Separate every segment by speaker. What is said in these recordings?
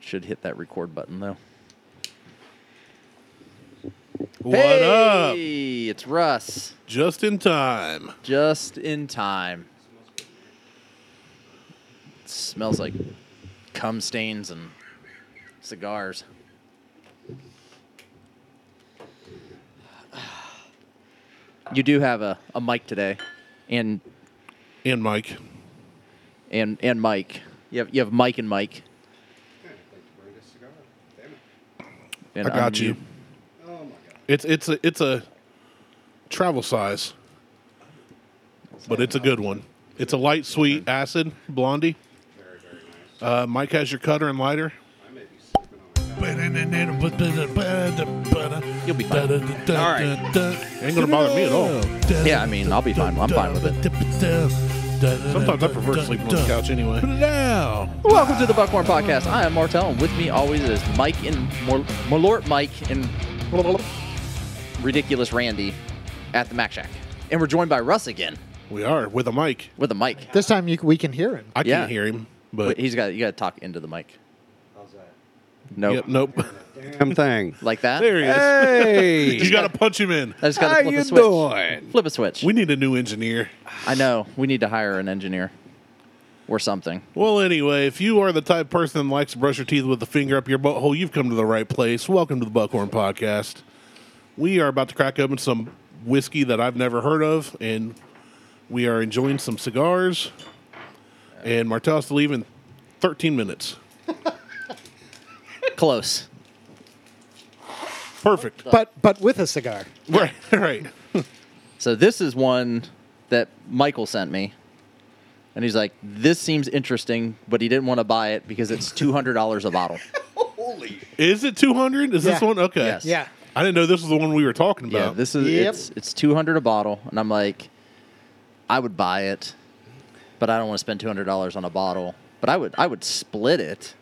Speaker 1: Should hit that record button though.
Speaker 2: What up?
Speaker 1: Hey, it's Russ.
Speaker 2: Just in time.
Speaker 1: Just in time. smells like cum stains and cigars. You do have a, a mic today, and
Speaker 2: And Mike.
Speaker 1: and and Mike. You have you have Mike and Mike. And
Speaker 2: I got you. Oh
Speaker 1: unmute.
Speaker 2: It's it's a it's a travel size. But it's a good one. It's a light sweet acid blondie. Uh, Mike has your cutter and lighter.
Speaker 1: You'll be fine.
Speaker 3: All right.
Speaker 2: Ain't gonna bother me at all.
Speaker 1: Yeah, I mean, I'll be fine. I'm fine with it.
Speaker 2: Sometimes I prefer to sleep on the couch anyway.
Speaker 3: Put it out.
Speaker 1: Welcome to the Buckhorn Podcast. I am Martel, and with me always is Mike and Mor- Malort Mike and ridiculous Randy at the Mac Shack, and we're joined by Russ again
Speaker 2: We are with a mic.
Speaker 1: with a mic.
Speaker 4: This time you, we can hear him.
Speaker 2: I
Speaker 1: Yeah.
Speaker 2: can't hear him,
Speaker 1: Wait,
Speaker 2: but
Speaker 1: he's got you got to talk into the mic. Nope.
Speaker 2: yep, nope.
Speaker 3: Damn thing.
Speaker 1: Like that.
Speaker 2: There he is.
Speaker 3: Hey.
Speaker 2: You gotta punch him in.
Speaker 1: I just got
Speaker 3: How
Speaker 1: to flip a
Speaker 3: you
Speaker 1: switch.
Speaker 3: doing?
Speaker 1: Flip a switch.
Speaker 2: We need a new engineer.
Speaker 1: I know. We need to hire an engineer or something.
Speaker 2: Well, anyway, if you are the type of person that likes to brush your teeth with a finger up your butthole, you've come to the right place. Welcome to the Buckhorn Podcast. We are about to crack open some whiskey that I've never heard of, and we are enjoying some cigars. And Martell's to leave in 13 minutes.
Speaker 1: Close.
Speaker 2: Perfect.
Speaker 1: Oh,
Speaker 4: But but with a cigar.
Speaker 2: Right, right.
Speaker 1: So this is one that Michael sent me. And he's like, this seems interesting, but he didn't want to buy it because it's $200 a bottle.
Speaker 2: Is it 200? Is this
Speaker 4: Yeah.
Speaker 2: one? Okay.
Speaker 1: Yes.
Speaker 4: Yeah.
Speaker 2: I didn't know this was the one we were talking about.
Speaker 1: Yeah, this is
Speaker 4: Yep.
Speaker 1: it's it's 200 a bottle and I'm like I would buy it, but I don't want to spend $200 on a bottle, but I would I would split it.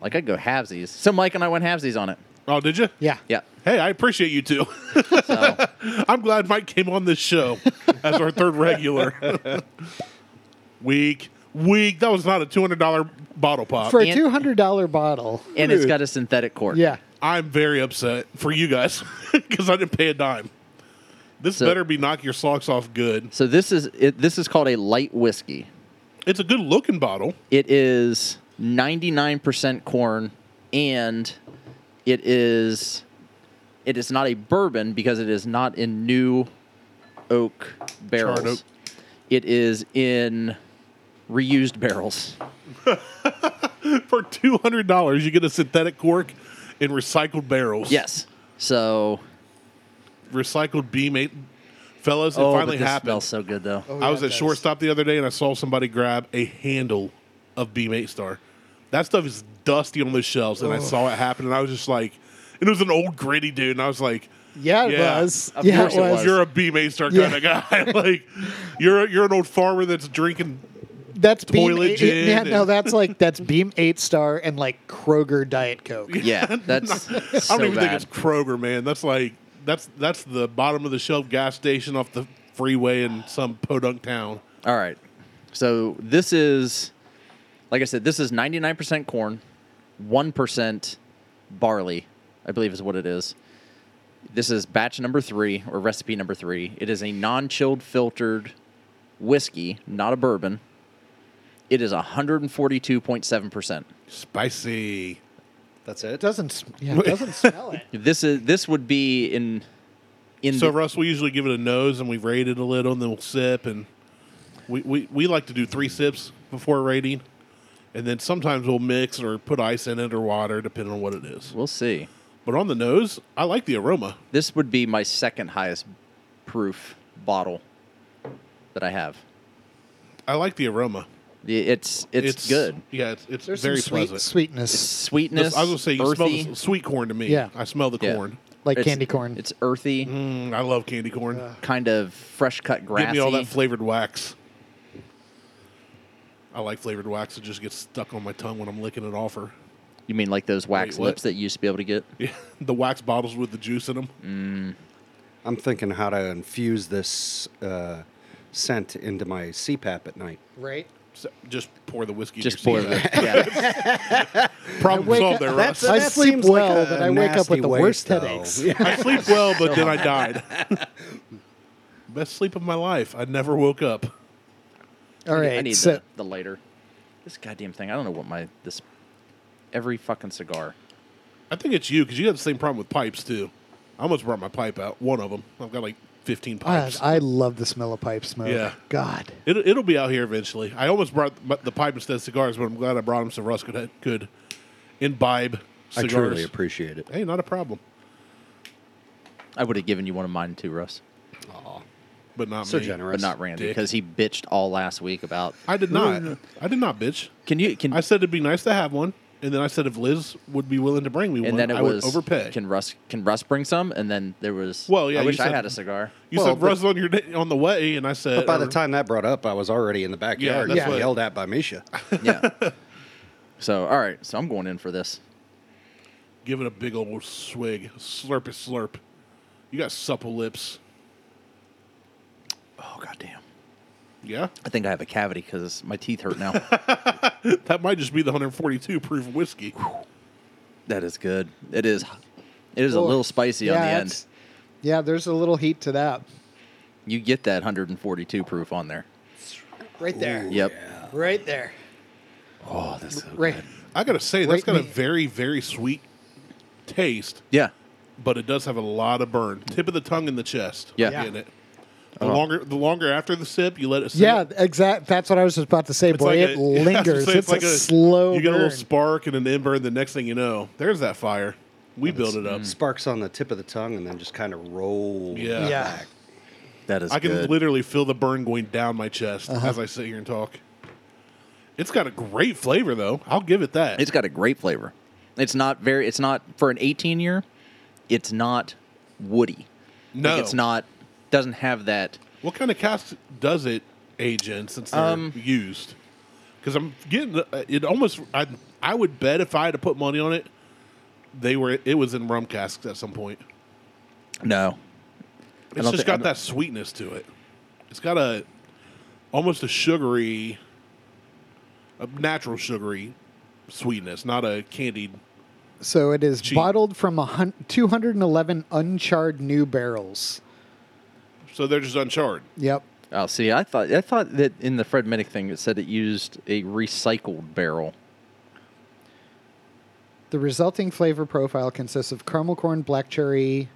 Speaker 1: Like I'd go halvesies. So Mike and I went halvesies on it.
Speaker 2: oh, did you?
Speaker 4: Yeah.
Speaker 1: Yeah.
Speaker 2: Hey, I appreciate you too.
Speaker 1: So
Speaker 2: I'm glad Mike came on this show as our third regular. week, week. That was not a two hundred dollar bottle pop.
Speaker 4: For a
Speaker 1: And-
Speaker 4: two hundred dollar bottle.
Speaker 1: and it's got a synthetic cork.
Speaker 4: Yeah.
Speaker 2: I'm very upset for you guys because I didn't pay a dime. This
Speaker 1: So-
Speaker 2: better be knock your socks off good.
Speaker 1: So this is it, this is called a light whiskey.
Speaker 2: It's a good looking bottle.
Speaker 1: It is 99% corn and it is it is not a bourbon because it is not in new oak barrels.
Speaker 2: Charred oak.
Speaker 1: It is in reused barrels.
Speaker 2: For two hundred dollars, you get a synthetic cork in recycled barrels.
Speaker 1: Yes. So
Speaker 2: recycled beam eight fellas.
Speaker 1: oh,
Speaker 2: it
Speaker 1: but
Speaker 2: finally
Speaker 1: this
Speaker 2: happened.
Speaker 1: smells so good though.
Speaker 4: Oh,
Speaker 2: I was
Speaker 4: that
Speaker 2: at
Speaker 4: does.
Speaker 2: shortstop the other day and I saw somebody grab a handle of Beam 8 Star. That stuff is dusty on those shelves, and I saw it happen, and I was just like, and it was an old gritty dude, and I was like,
Speaker 4: Yeah, it
Speaker 2: Yeah.
Speaker 4: was.
Speaker 1: Of
Speaker 4: yeah,
Speaker 1: course it was.
Speaker 2: "You're a Beam 8 Star
Speaker 4: Yeah.
Speaker 2: kind of guy. like, you're a, you're an old farmer that's drinking.
Speaker 4: That's beam
Speaker 2: Toilet
Speaker 4: eight, yeah,
Speaker 2: gin
Speaker 4: no,
Speaker 2: and-
Speaker 4: that's like that's beam eight star and like Kroger Diet Coke.
Speaker 1: Yeah, that's so
Speaker 2: I don't even
Speaker 1: bad.
Speaker 2: think it's Kroger, man. That's like that's that's the bottom of the shelf gas station off the freeway in some podunk town.
Speaker 1: All right. So this is, like I said, this is 99% corn, 1% barley, I believe is what it is. This is batch number three or recipe number three. It is a non chilled filtered whiskey, not a bourbon. It is 142.7%.
Speaker 2: Spicy.
Speaker 3: That's
Speaker 4: It
Speaker 3: it.
Speaker 4: doesn't sm- yeah, it doesn't smell it.
Speaker 1: This is this would be in in
Speaker 2: So
Speaker 1: the,
Speaker 2: Russ, we usually give it a nose and we rate it a little, and then we'll sip, and we, we, we like to do three sips before rating, and then sometimes we'll mix or put ice in it or water, depending on what it is.
Speaker 1: we'll see.
Speaker 2: But on the nose, I like the aroma.
Speaker 1: This would be my second highest proof bottle that I have.
Speaker 2: I like the aroma.
Speaker 1: Y- It's it's, good.
Speaker 2: Yeah, it's, it's
Speaker 4: There's
Speaker 2: very
Speaker 4: some sweet
Speaker 2: pleasant.
Speaker 4: sweetness.
Speaker 1: Sweetness.
Speaker 2: I was gonna say you smell
Speaker 1: earthy.
Speaker 2: the s- sweet corn to me.
Speaker 4: Yeah.
Speaker 2: I smell the
Speaker 1: Yeah.
Speaker 2: corn.
Speaker 4: Like
Speaker 1: It's-
Speaker 4: candy corn.
Speaker 1: It's earthy,
Speaker 2: Mm, I love candy corn.
Speaker 1: kind of fresh cut grassy.
Speaker 2: Give me all that flavored wax. I like flavored wax. It just gets stuck on my tongue when I'm licking it off her.
Speaker 1: you mean like those wax
Speaker 2: Wait, what?
Speaker 1: lips that you used to be able to get?
Speaker 2: Yeah, the wax bottles with the juice in them.
Speaker 3: I'm thinking how to infuse this uh, scent into my CPAP at night.
Speaker 4: right?
Speaker 2: So just pour the whiskey. in
Speaker 1: Just pour
Speaker 2: your semen.
Speaker 1: that. Yeah.
Speaker 2: Problem
Speaker 4: I wake
Speaker 2: solved
Speaker 4: up-
Speaker 2: there,
Speaker 3: That's,
Speaker 2: Russ.
Speaker 4: I
Speaker 3: that
Speaker 4: sleep
Speaker 3: seems
Speaker 4: well,
Speaker 3: like a
Speaker 4: but I wake up with
Speaker 3: nasty
Speaker 4: the
Speaker 3: waste,
Speaker 4: worst
Speaker 3: though.
Speaker 4: headaches.
Speaker 3: Yeah.
Speaker 2: I sleep well, but then I died. Best sleep of my life. I never woke up.
Speaker 4: All right.
Speaker 1: I need
Speaker 4: so
Speaker 1: the, the lighter. This goddamn thing. I don't know what my this every fucking cigar.
Speaker 2: I think it's you because you have the same problem with pipes too. I almost brought my pipe out. One of them. I've got like fifteen
Speaker 4: God,
Speaker 2: pipes.
Speaker 4: Uh, I love the smell of pipe smoke.
Speaker 2: Yeah.
Speaker 4: God.
Speaker 2: it'll, it'll be out here eventually. I almost brought the, the pipe instead of cigars, but I'm glad I brought them so Russ could could imbibe
Speaker 3: I
Speaker 2: cigars.
Speaker 3: truly appreciate it.
Speaker 2: hey, not a problem,
Speaker 1: I would have given you one of mine too, Russ,
Speaker 2: but not
Speaker 3: So
Speaker 2: me.
Speaker 3: generous.
Speaker 1: but not Randy
Speaker 2: dick.
Speaker 1: because he bitched all last week about.
Speaker 2: I did not. I did not, bitch.
Speaker 1: Can you can
Speaker 2: I said it'd be nice to have one, and then I said if Liz would be willing to bring me one,
Speaker 1: and then it
Speaker 2: I
Speaker 1: was
Speaker 2: would overpay.
Speaker 1: Can Russ can Russ bring some? And then there was.
Speaker 2: Well, yeah,
Speaker 1: I
Speaker 2: you
Speaker 1: wish I
Speaker 2: said-
Speaker 1: had a cigar.
Speaker 2: you
Speaker 3: Well,
Speaker 2: said
Speaker 3: but-
Speaker 2: Russ on your day- on the way, and I said uh,
Speaker 3: But by the
Speaker 2: or-
Speaker 3: time that brought up, I was already in the backyard
Speaker 2: Uh-uh. that's
Speaker 3: yeah,
Speaker 2: what-
Speaker 3: yelled at by Misha.
Speaker 1: yeah. So all right, so I'm going in for this.
Speaker 2: give it a big old swig, slurp it, slurp. You got supple lips.
Speaker 1: Oh goddamn!
Speaker 2: Yeah,
Speaker 1: I think I have a cavity because my teeth hurt now.
Speaker 2: that might just be the 142 proof whiskey.
Speaker 1: that is good. It is. It is a
Speaker 4: Well,
Speaker 1: little spicy on the end.
Speaker 4: it's- Yeah, there's a little heat to that.
Speaker 1: You get that 142 proof on there.
Speaker 4: Right there.
Speaker 1: Yep.
Speaker 4: Right there.
Speaker 1: Oh, that's so
Speaker 4: Right.
Speaker 2: I gotta say that's
Speaker 4: Right
Speaker 2: got a
Speaker 4: me-
Speaker 2: very very sweet taste,
Speaker 1: Yeah.
Speaker 2: but it does have a lot of burn. Tip of the tongue in the chest.
Speaker 1: Yeah. Uh-huh.
Speaker 2: in it. The longer the longer after the sip, you let it. sit.
Speaker 4: Yeah, exact. That's what I was just about to say,
Speaker 2: It's
Speaker 4: boy.
Speaker 2: like
Speaker 4: it
Speaker 2: a-
Speaker 4: lingers.
Speaker 2: I'd say
Speaker 4: it's a, slow
Speaker 2: You get a
Speaker 4: burn.
Speaker 2: little spark and an end burn. The next thing you know, there's that fire. We build it
Speaker 1: mm,
Speaker 2: up.
Speaker 3: Mm. Sparks on the tip of the tongue and then just kind of roll.
Speaker 2: Yeah.
Speaker 4: yeah.
Speaker 1: That is
Speaker 2: I can
Speaker 1: good.
Speaker 2: literally feel the burn going down my chest
Speaker 4: Uh-huh.
Speaker 2: as I sit here and talk. It's got a great flavor, though. I'll give it that.
Speaker 1: It's got a great flavor. It's not very. It's not for an 18 year. It's not woody.
Speaker 2: no,
Speaker 1: Like, it's not. Doesn't have that.
Speaker 2: What kind of cask does it age in since they're
Speaker 1: Um,
Speaker 2: used? Because I'm getting the- uh, it almost. I I would bet if I had to put money on it, they were. It was in rum casks at some point.
Speaker 1: No.
Speaker 2: It's
Speaker 1: don't
Speaker 2: just
Speaker 1: thi-
Speaker 2: got
Speaker 1: I'm-
Speaker 2: that sweetness to it. It's got a almost a sugary, a natural sugary sweetness, not a candied.
Speaker 4: So it is
Speaker 2: Cheap.
Speaker 4: bottled from a hun- 211 uncharred new barrels.
Speaker 2: So they're just uncharred.
Speaker 4: Yep.
Speaker 1: Oh, see, I thought I thought that in the Fred Minnick thing it said it used a recycled barrel.
Speaker 4: The resulting flavor profile consists of caramel corn, black cherry,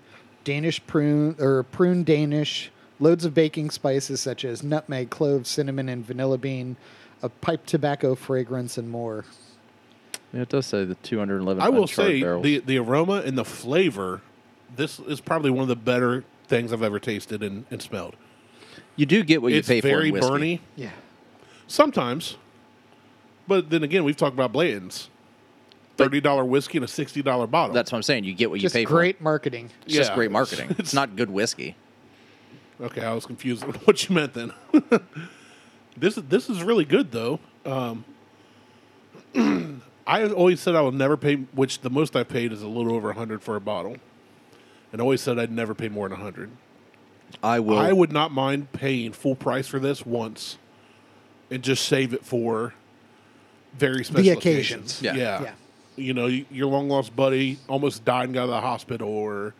Speaker 4: Danish prune or prune Danish, loads of baking spices such as nutmeg, cloves, cinnamon, and vanilla bean, a pipe tobacco fragrance, and more.
Speaker 1: Yeah, it does say the 211.
Speaker 2: I will
Speaker 1: uncharred
Speaker 2: say
Speaker 1: barrels.
Speaker 2: the the aroma and the flavor. This is probably one of the better things I've ever tasted and, and smelled.
Speaker 1: you do get what you
Speaker 2: it's
Speaker 1: pay
Speaker 2: very
Speaker 1: for. in whiskey.
Speaker 2: burny
Speaker 4: Yeah.
Speaker 2: sometimes, but then again, we've talked about Blanton's thirty dollar whiskey and a sixty dollar bottle.
Speaker 1: That's what I'm saying. You get what
Speaker 4: Just
Speaker 1: you pay
Speaker 4: great
Speaker 1: for.
Speaker 4: marketing.
Speaker 1: It's just
Speaker 2: Yeah.
Speaker 1: great marketing. it's not good whiskey.
Speaker 2: Okay, I was confused with what you meant then. this is this is really good though. Um, I always said I would never pay, which the most I've paid is a little over hundred for a bottle, and always said I'd never pay more than hundred.
Speaker 1: I will.
Speaker 2: I would not mind paying full price for this once, and just save it for very special
Speaker 4: occasions.
Speaker 2: occasions.
Speaker 1: Yeah.
Speaker 2: yeah.
Speaker 4: Yeah.
Speaker 2: You know, y- your long lost buddy almost died and got out of the hospital, or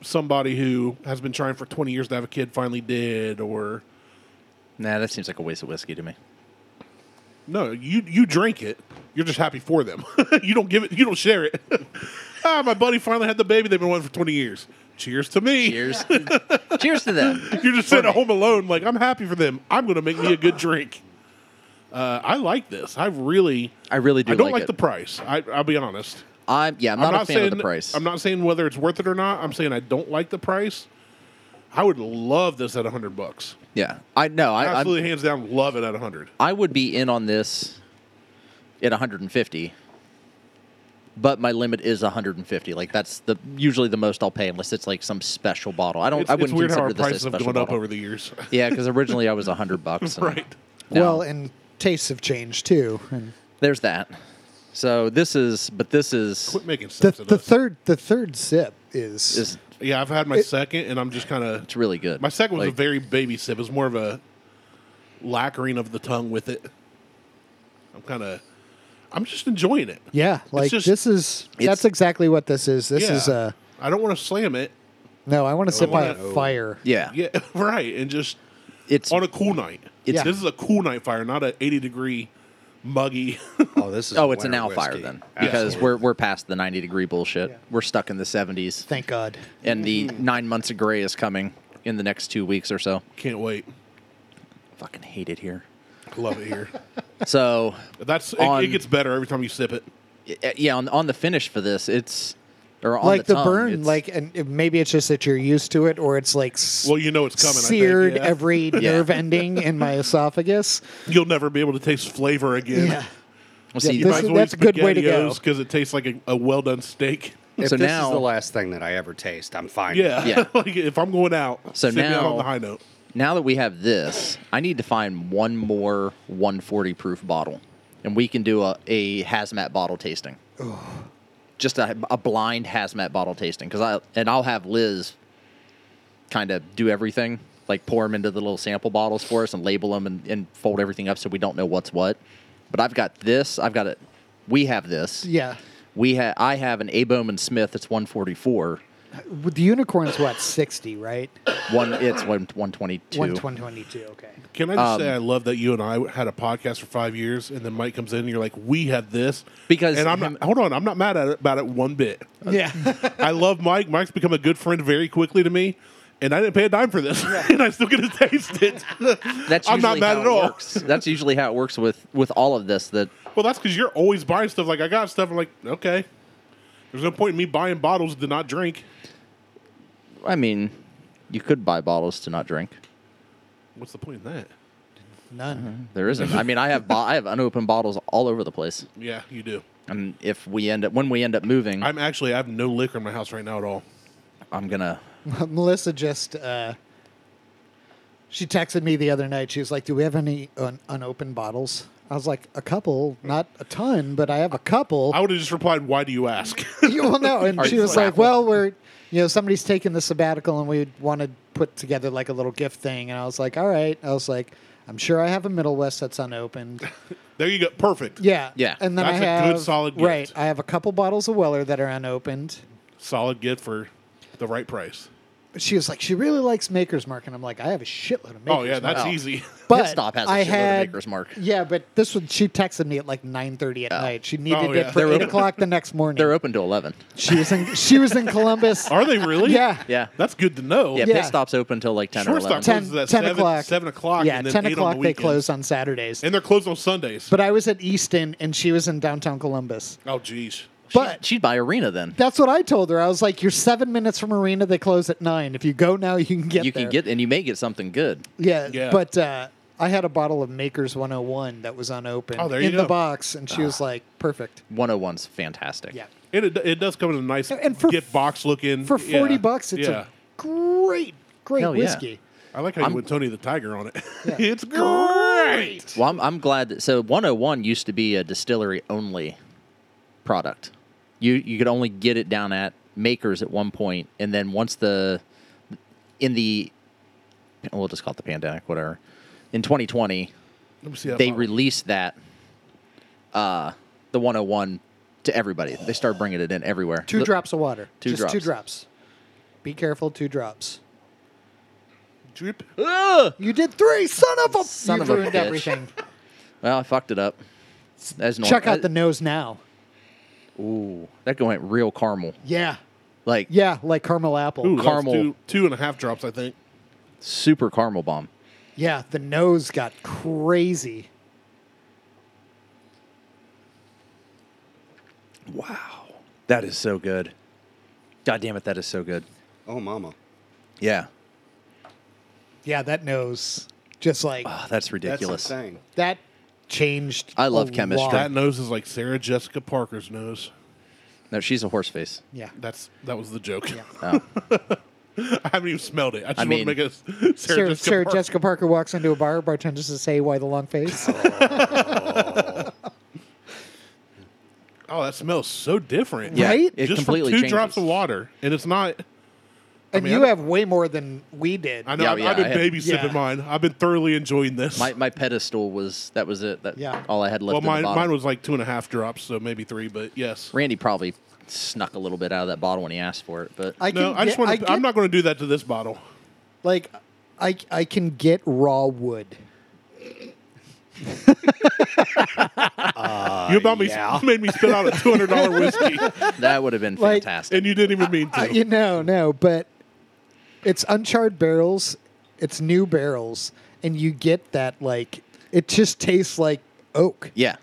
Speaker 2: somebody who has been trying for twenty years to have a kid finally did, or
Speaker 1: Nah, that seems like a waste of whiskey to me.
Speaker 2: no, you you drink it. You're just happy for them. you don't give it. You don't share it. ah, my buddy finally had the baby they've been wanting for twenty years. Cheers to me.
Speaker 1: Cheers. Cheers to them.
Speaker 2: You're just sitting at home alone, like I'm happy for them. I'm going to make me a good drink. Uh, I like this. I really,
Speaker 1: I really do
Speaker 2: I don't
Speaker 1: like
Speaker 2: like,
Speaker 1: it.
Speaker 2: the price. I, I'll be honest.
Speaker 1: I'm yeah. I'm not,
Speaker 2: I'm
Speaker 1: a fan
Speaker 2: saying
Speaker 1: of the price.
Speaker 2: I'm not saying whether it's worth it or not. I'm saying I don't like the price. I would love this at 100 bucks.
Speaker 1: Yeah. I no. I I'm-
Speaker 2: Absolutely, hands down, love it at 100.
Speaker 1: I would be in on this at 150, but my limit is 150. Like that's the usually the most I'll pay unless it's like some special bottle. I don't.
Speaker 2: It's,
Speaker 1: I
Speaker 2: it's
Speaker 1: wouldn't
Speaker 2: weird how
Speaker 1: consider
Speaker 2: our
Speaker 1: this
Speaker 2: prices
Speaker 1: a
Speaker 2: have
Speaker 1: special
Speaker 2: gone up
Speaker 1: bottle.
Speaker 2: over the years.
Speaker 1: yeah, because originally I was 100 bucks. and
Speaker 2: right.
Speaker 1: now
Speaker 4: Well, and tastes have changed too. And
Speaker 1: there's that. So this is, but this is
Speaker 2: Quit making
Speaker 4: the,
Speaker 2: sense of
Speaker 4: the
Speaker 2: us.
Speaker 4: third the third sip is,
Speaker 1: is
Speaker 2: Yeah, I've had my second, and I'm just kind of.
Speaker 1: it's really good.
Speaker 2: My second was
Speaker 1: Like,
Speaker 2: a very baby sip. It was more of a lacquering of the tongue with it. I'm kind of, I'm just enjoying it.
Speaker 4: Yeah, like
Speaker 2: just-
Speaker 4: this is that's
Speaker 1: it's-
Speaker 4: exactly what this is. This is
Speaker 2: Yeah.
Speaker 4: uh
Speaker 2: I don't want to slam it.
Speaker 4: no, I want to sit by a
Speaker 3: wanna-
Speaker 4: fire.
Speaker 1: Yeah.
Speaker 2: Yeah, right. And just
Speaker 1: It's
Speaker 2: on a cool night.
Speaker 4: It's-
Speaker 2: This is a cool night fire, not an 80 degree muggy.
Speaker 3: Oh, this is.
Speaker 1: oh, it's a
Speaker 3: winter
Speaker 1: now
Speaker 3: whiskey.
Speaker 1: fire then because
Speaker 2: Absolutely.
Speaker 1: we're we're past the 90 degree bullshit. We're stuck in the 70s,
Speaker 4: Thank God.
Speaker 1: and the
Speaker 2: Mm.
Speaker 1: nine months of gray is coming in the next two weeks or so.
Speaker 2: Can't wait.
Speaker 1: Fucking hate it here.
Speaker 2: Love it here.
Speaker 1: So
Speaker 2: That's it,
Speaker 1: On-
Speaker 2: it gets better every time you sip it.
Speaker 1: y- yeah, on on the finish for this, it's or on
Speaker 4: like
Speaker 1: the,
Speaker 4: the,
Speaker 1: tongue,
Speaker 4: burn,
Speaker 1: it's-
Speaker 4: like and it- maybe it's just that you're used to it, or it's like s-
Speaker 2: Well, you know it's coming. I
Speaker 4: seared
Speaker 2: think. Yeah.
Speaker 4: every nerve ending in my esophagus.
Speaker 2: You'll never be able to taste flavor again.
Speaker 4: Yeah,
Speaker 1: Well, see,
Speaker 4: yeah, this- that's a good way to go.
Speaker 2: because it tastes like a, a well done steak.
Speaker 3: If
Speaker 1: So
Speaker 3: this
Speaker 1: now-
Speaker 3: is the last thing that I ever taste, I'm fine. with
Speaker 2: Yeah,
Speaker 1: Yeah.
Speaker 2: like if I'm going out,
Speaker 1: So
Speaker 2: send me out
Speaker 1: now-
Speaker 2: on the high note.
Speaker 1: now that we have this, I need to find one more 140 proof bottle, and we can do a, a hazmat bottle tasting. Just a, a blind hazmat bottle tasting, because I and I'll have Liz kind of do everything, like pour them into the little sample bottles for us and label them and, and fold everything up so we don't know what's what. But I've got this. I've got it. We have this.
Speaker 4: yeah.
Speaker 1: We ha- I have an A Bowman Smith. It's 144.
Speaker 4: With The unicorn's what sixty, right?
Speaker 1: One. It's one 122.
Speaker 4: One twenty two. Okay.
Speaker 2: Can I just
Speaker 1: Um,
Speaker 2: say I love that you and I had a podcast for five years, and then Mike comes in and you're like, "We had this
Speaker 1: Because
Speaker 2: and I'm
Speaker 1: him-
Speaker 2: not. Hold on, I'm not mad at it, about it one bit.
Speaker 4: Yeah.
Speaker 2: I love Mike. Mike's become a good friend very quickly to me, and I didn't pay a dime for this, and I still get to taste it.
Speaker 1: That's
Speaker 2: I'm not
Speaker 1: usually
Speaker 2: mad
Speaker 1: how it
Speaker 2: at all.
Speaker 1: Works. That's usually how it works with with all of this. That
Speaker 2: well, that's because you're always buying stuff. Like I got stuff. I'm like, okay, there's no point in me buying bottles to not drink.
Speaker 1: I mean, you could buy bottles to not drink.
Speaker 2: What's the point in that? mm-hmm.
Speaker 4: None.
Speaker 1: There isn't. I mean, I have bo- I have unopened bottles all over the place.
Speaker 2: Yeah, you do.
Speaker 1: And if we end up when we end up moving, I'm,
Speaker 2: I'm actually I have no liquor in my house right now at all.
Speaker 1: gonna.
Speaker 4: Melissa just uh, she texted me the other night. She was like, "Do we have any un- unopened bottles?" I was like, "A couple, not a ton, but I have a couple."
Speaker 2: I would have just replied, "Why do you ask?"
Speaker 4: You- well, no, and
Speaker 1: Are
Speaker 4: she
Speaker 1: you
Speaker 4: was like,
Speaker 1: raffle?
Speaker 4: "Well, we're you know somebody's taking the sabbatical, and we want to put together like a little gift thing." And I was like, "All right." I was like, "I'm sure I have a Middle West that's unopened."
Speaker 2: there you go. Perfect.
Speaker 4: Yeah,
Speaker 1: Yeah.
Speaker 4: And then
Speaker 2: That's
Speaker 4: I
Speaker 2: a
Speaker 4: have
Speaker 2: good, solid gift.
Speaker 4: right. I have a couple bottles of Weller that are unopened.
Speaker 2: Solid gift for the right price.
Speaker 4: She was like, "She really likes Maker's Mark," and I'm like, "I have a shitload of Maker's."
Speaker 2: oh yeah,
Speaker 4: Mark."
Speaker 2: that's
Speaker 1: Wow.
Speaker 2: easy.
Speaker 4: But
Speaker 1: Stop has a
Speaker 4: I
Speaker 1: shitload of
Speaker 4: had,
Speaker 1: Maker's Mark.
Speaker 4: Yeah, but this one she texted me at like nine thirty at night. She needed
Speaker 2: Oh, yeah.
Speaker 4: it for
Speaker 2: They're
Speaker 4: eight
Speaker 1: open.
Speaker 4: o'clock the next morning.
Speaker 1: They're open to eleven.
Speaker 4: She was in she was in Columbus.
Speaker 2: Are they really?
Speaker 4: Yeah.
Speaker 1: Yeah.
Speaker 2: That's good to know.
Speaker 1: Yeah,
Speaker 4: Yeah.
Speaker 1: pit stops open till like ten or
Speaker 2: Short
Speaker 1: eleven.
Speaker 2: stop
Speaker 4: 10
Speaker 2: closes at
Speaker 4: 10
Speaker 2: seven,
Speaker 4: o'clock.
Speaker 2: seven o'clock.
Speaker 4: yeah,
Speaker 2: and then
Speaker 4: ten
Speaker 2: eight
Speaker 4: o'clock
Speaker 2: on the
Speaker 4: they
Speaker 2: weekends.
Speaker 4: close on Saturdays.
Speaker 2: and they're closed on Sundays.
Speaker 4: but I was at Easton and she was in downtown Columbus.
Speaker 2: oh geez,
Speaker 4: But
Speaker 1: She'd buy arena then.
Speaker 4: that's what I told her. I was like, "You're seven minutes from arena. They close at nine. If you go now, you can get
Speaker 1: You can
Speaker 4: there."
Speaker 1: get and you may get something good.
Speaker 4: yeah."
Speaker 2: Yeah.
Speaker 4: But uh, I had a bottle of Maker's 101 that was unopened
Speaker 2: Oh, there you
Speaker 4: in the
Speaker 2: go.
Speaker 4: box, and she was
Speaker 1: Ah.
Speaker 4: like, "Perfect."
Speaker 1: 101's fantastic.
Speaker 4: Yeah,
Speaker 2: and it, it does come in a nice
Speaker 4: And for-
Speaker 2: gift box looking
Speaker 4: for
Speaker 2: yeah,
Speaker 4: forty bucks, it's
Speaker 2: yeah.
Speaker 4: a great, great
Speaker 1: Hell yeah.
Speaker 4: whiskey.
Speaker 2: I like how
Speaker 1: I'm-
Speaker 2: you went Tony the Tiger on it.
Speaker 4: Yeah.
Speaker 2: it's great.
Speaker 1: Well, I'm, I'm glad that so 101 used to be a distillery only product. You you could only get it down at Makers at one point, and then once the in the we'll just call it the pandemic, whatever. In 2020,
Speaker 2: Let me see that.
Speaker 1: they
Speaker 2: bottle.
Speaker 1: released that uh the 101 to everybody. They started bringing it in everywhere.
Speaker 4: Two
Speaker 1: Look,
Speaker 4: drops of water.
Speaker 1: Two
Speaker 4: Just two
Speaker 1: drops.
Speaker 4: drops. Be careful, two drops.
Speaker 2: drip.
Speaker 4: You did three, son of a.
Speaker 1: Son
Speaker 4: you
Speaker 1: of a
Speaker 4: ruined
Speaker 1: bitch.
Speaker 4: everything.
Speaker 1: Well, I fucked it up. As normal.
Speaker 4: Check out the nose now.
Speaker 1: ooh. That went real caramel.
Speaker 4: Yeah,
Speaker 1: Like
Speaker 4: yeah, like caramel apple.
Speaker 2: Ooh, that's
Speaker 1: Caramel.
Speaker 2: Two, two and a half drops, I think.
Speaker 1: super caramel bomb.
Speaker 4: Yeah, the nose got crazy.
Speaker 1: Wow. That is so good. God damn it, that is so good.
Speaker 3: Oh, mama.
Speaker 1: Yeah.
Speaker 4: Yeah, that nose just like
Speaker 1: Oh, that's ridiculous.
Speaker 3: That's insane.
Speaker 4: that changed.
Speaker 1: I love
Speaker 4: a
Speaker 1: chemistry.
Speaker 4: lot.
Speaker 2: That nose is like Sarah Jessica Parker's nose.
Speaker 1: no, she's a horse face.
Speaker 4: Yeah,
Speaker 2: That's that was the joke.
Speaker 4: Yeah.
Speaker 1: Oh.
Speaker 2: I haven't even smelled it. I just
Speaker 1: I mean-
Speaker 2: want to make a s- Sarah,
Speaker 4: Sarah,
Speaker 2: Jessica.
Speaker 4: Sarah
Speaker 2: Parker.
Speaker 4: Jessica Parker walks into a bar. Bartenders to say, "Why the long face?"
Speaker 2: Oh, that smells so different.
Speaker 1: Yeah,
Speaker 4: Right?
Speaker 1: It
Speaker 2: just
Speaker 1: completely
Speaker 2: from two
Speaker 1: changes.
Speaker 2: drops of water, and it's not.
Speaker 4: And
Speaker 2: mean, I
Speaker 4: you
Speaker 2: don't-
Speaker 4: have way more than we did.
Speaker 2: I know.
Speaker 1: Yeah,
Speaker 2: I've,
Speaker 1: yeah,
Speaker 2: I've been
Speaker 1: I had-
Speaker 2: baby sipping
Speaker 4: yeah.
Speaker 2: mine. I've been thoroughly enjoying this.
Speaker 1: My, my pedestal was that was it. That
Speaker 4: Yeah.
Speaker 1: all I had left.
Speaker 2: well,
Speaker 1: in the
Speaker 2: mine,
Speaker 1: bottle.
Speaker 2: mine was like two and a half drops, so maybe three. But yes,
Speaker 1: Randy probably snuck a little bit out of that bottle when he asked for it, but
Speaker 4: I can
Speaker 2: no, I just
Speaker 4: get-
Speaker 2: want
Speaker 4: I
Speaker 2: to. I'm
Speaker 4: get-
Speaker 2: not going to do that to this bottle.
Speaker 4: like I I can get raw wood.
Speaker 1: Uh,
Speaker 2: you about me
Speaker 3: yeah.
Speaker 2: made me spit out a two hundred dollar whiskey,
Speaker 1: that would have been
Speaker 4: Like-
Speaker 1: fantastic.
Speaker 2: and you didn't even mean to.
Speaker 4: Uh, you know, no, but it's uncharred barrels, it's new barrels, and you get that like it just tastes like oak.
Speaker 1: yeah,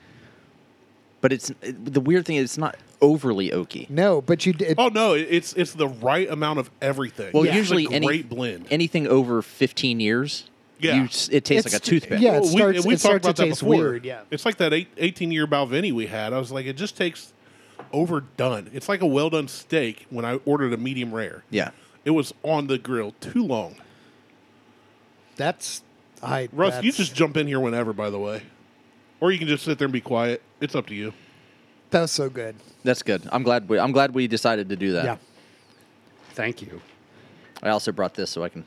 Speaker 1: but it's it- the weird thing is it's not overly oaky.
Speaker 4: No, but you did.
Speaker 2: oh no, it- it's it's the right amount of everything.
Speaker 1: Well,
Speaker 2: It's a
Speaker 1: usually any
Speaker 2: great blend.
Speaker 1: anything over 15 years,
Speaker 2: Yeah.
Speaker 1: you s- it tastes
Speaker 4: It's-
Speaker 1: like a toothpick.
Speaker 4: yeah. it
Speaker 2: Well,
Speaker 4: starts- it
Speaker 2: talked
Speaker 4: starts to
Speaker 2: about that
Speaker 4: taste
Speaker 2: before.
Speaker 4: weird, yeah.
Speaker 2: it's like that eight, 18 year Balvenie we had. I was like, it just takes overdone. It's like a well done steak. When I ordered a medium rare,
Speaker 1: yeah.
Speaker 2: it was on the grill too long.
Speaker 4: that's I.
Speaker 2: Russ, you
Speaker 4: that's-
Speaker 2: just jump in here whenever, by the way, or you can just sit there and be quiet. It's up to you.
Speaker 4: that was so good.
Speaker 1: That's good. I'm glad we I'm glad we decided to do that.
Speaker 4: Yeah,
Speaker 3: Thank you.
Speaker 1: I also brought this so I can.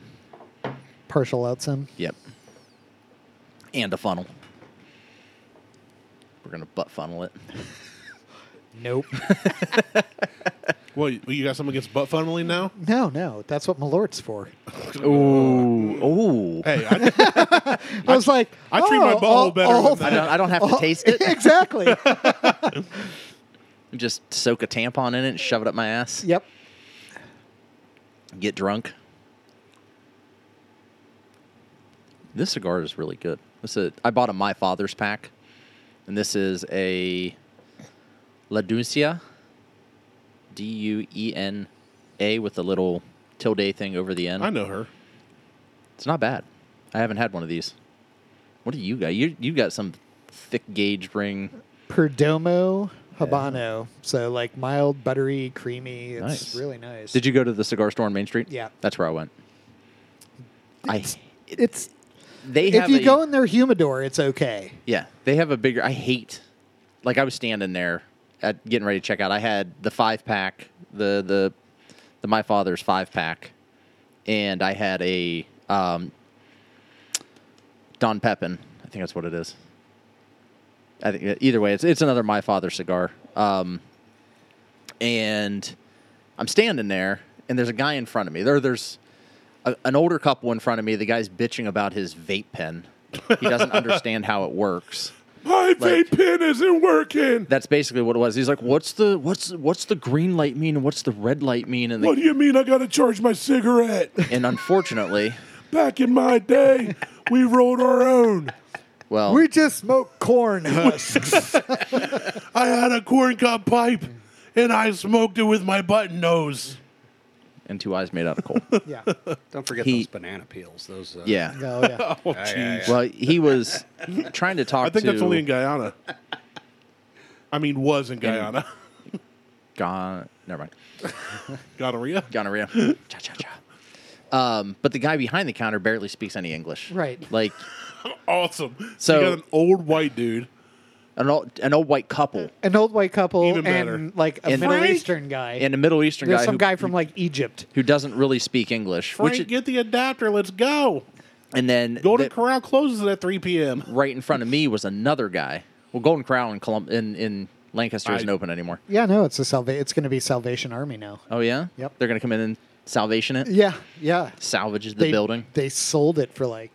Speaker 4: partial out some.
Speaker 1: Yep. And a funnel. We're gonna butt funnel it.
Speaker 4: Nope.
Speaker 2: Well, you, you got something against butt funneling now?
Speaker 4: no, no, that's what Malort's for.
Speaker 1: Ooh.
Speaker 2: Hey, I,
Speaker 4: I was like,
Speaker 2: I treat my
Speaker 4: oh,
Speaker 2: butthole
Speaker 4: all-
Speaker 2: better
Speaker 4: all
Speaker 2: than
Speaker 1: I don't, I don't
Speaker 4: Oh.
Speaker 1: have to taste it.
Speaker 4: exactly.
Speaker 1: Just soak a tampon in it and shove it up my ass.
Speaker 4: yep.
Speaker 1: Get drunk. This cigar is really good. This is I bought a my father's pack, and this is a La Duncia, D U E N A with a little tilde thing over the end.
Speaker 2: I know her.
Speaker 1: It's not bad. I haven't had one of these. What do you got? You you got some thick gauge ring.
Speaker 4: Perdomo Habano. So like mild, buttery, creamy. It's
Speaker 1: Nice.
Speaker 4: really nice.
Speaker 1: Did you go to the cigar store on Main Street?
Speaker 4: Yeah.
Speaker 1: that's where I went. I
Speaker 4: It's
Speaker 1: they
Speaker 4: if
Speaker 1: have
Speaker 4: you
Speaker 1: a,
Speaker 4: go in their humidor, it's okay.
Speaker 1: yeah they have a bigger. I hate like I was standing there at getting ready to check out. I had the five pack, the the the my father's five pack, and I had a um, Don Pepin. I think that's what it is. I think uh, either way, it's it's another my father cigar. Um, and I'm standing there, and there's a guy in front of me. There, there's a, an older couple in front of me. The guy's bitching about his vape pen. He doesn't understand how it works.
Speaker 2: My
Speaker 1: Like-
Speaker 2: vape pen isn't working.
Speaker 1: That's basically what it was. He's like, "What's the what's what's the green light mean and what's the red light mean?" And the,
Speaker 2: What do you mean I got to charge my cigarette?
Speaker 1: and unfortunately,
Speaker 2: Back in my day, we rolled our own.
Speaker 1: well,
Speaker 4: We just smoke corn husks.
Speaker 2: I had a corn cob pipe and I smoked it with my button nose.
Speaker 1: and two eyes made out of coal.
Speaker 4: yeah.
Speaker 3: Don't forget
Speaker 1: He-
Speaker 3: those banana peels. Those. Uh,
Speaker 1: yeah.
Speaker 4: No, yeah.
Speaker 2: Oh,
Speaker 3: yeah, yeah,
Speaker 2: jeez.
Speaker 3: yeah.
Speaker 1: Well, he was trying to talk.
Speaker 2: I think
Speaker 1: to
Speaker 2: that's only in Guyana. I mean, was in Guyana.
Speaker 1: Gon- Never mind.
Speaker 2: Gonorrhea.
Speaker 1: gonorrhea. cha cha cha. Um, but the guy behind the counter barely speaks any English.
Speaker 4: Right.
Speaker 1: Like
Speaker 2: Awesome. So
Speaker 1: So-
Speaker 2: you got an old white dude.
Speaker 1: an old an old white couple
Speaker 4: An old white couple
Speaker 2: Even better.
Speaker 4: and like a
Speaker 1: And-
Speaker 4: Middle
Speaker 1: Frank?
Speaker 4: Eastern guy.
Speaker 1: and a Middle Eastern
Speaker 4: There's
Speaker 1: guy
Speaker 4: some
Speaker 1: who,
Speaker 4: guy from like Egypt.
Speaker 1: who doesn't really speak English.
Speaker 2: Frank,
Speaker 1: which,
Speaker 2: get the adapter. Let's go.
Speaker 1: and then
Speaker 2: Golden
Speaker 1: the-
Speaker 2: Corral closes at 3 p.m.
Speaker 1: right in front of me was another guy. Well, Golden Crown in Colum- in, in Lancaster
Speaker 2: I-
Speaker 1: isn't open anymore.
Speaker 4: Yeah, no, it's a salva- It's going to be Salvation Army now.
Speaker 1: Oh yeah.
Speaker 4: Yep.
Speaker 1: They're gonna come in and salvation it,
Speaker 4: Yeah, yeah.
Speaker 1: salvage the
Speaker 4: They,
Speaker 1: building.
Speaker 4: They sold it for like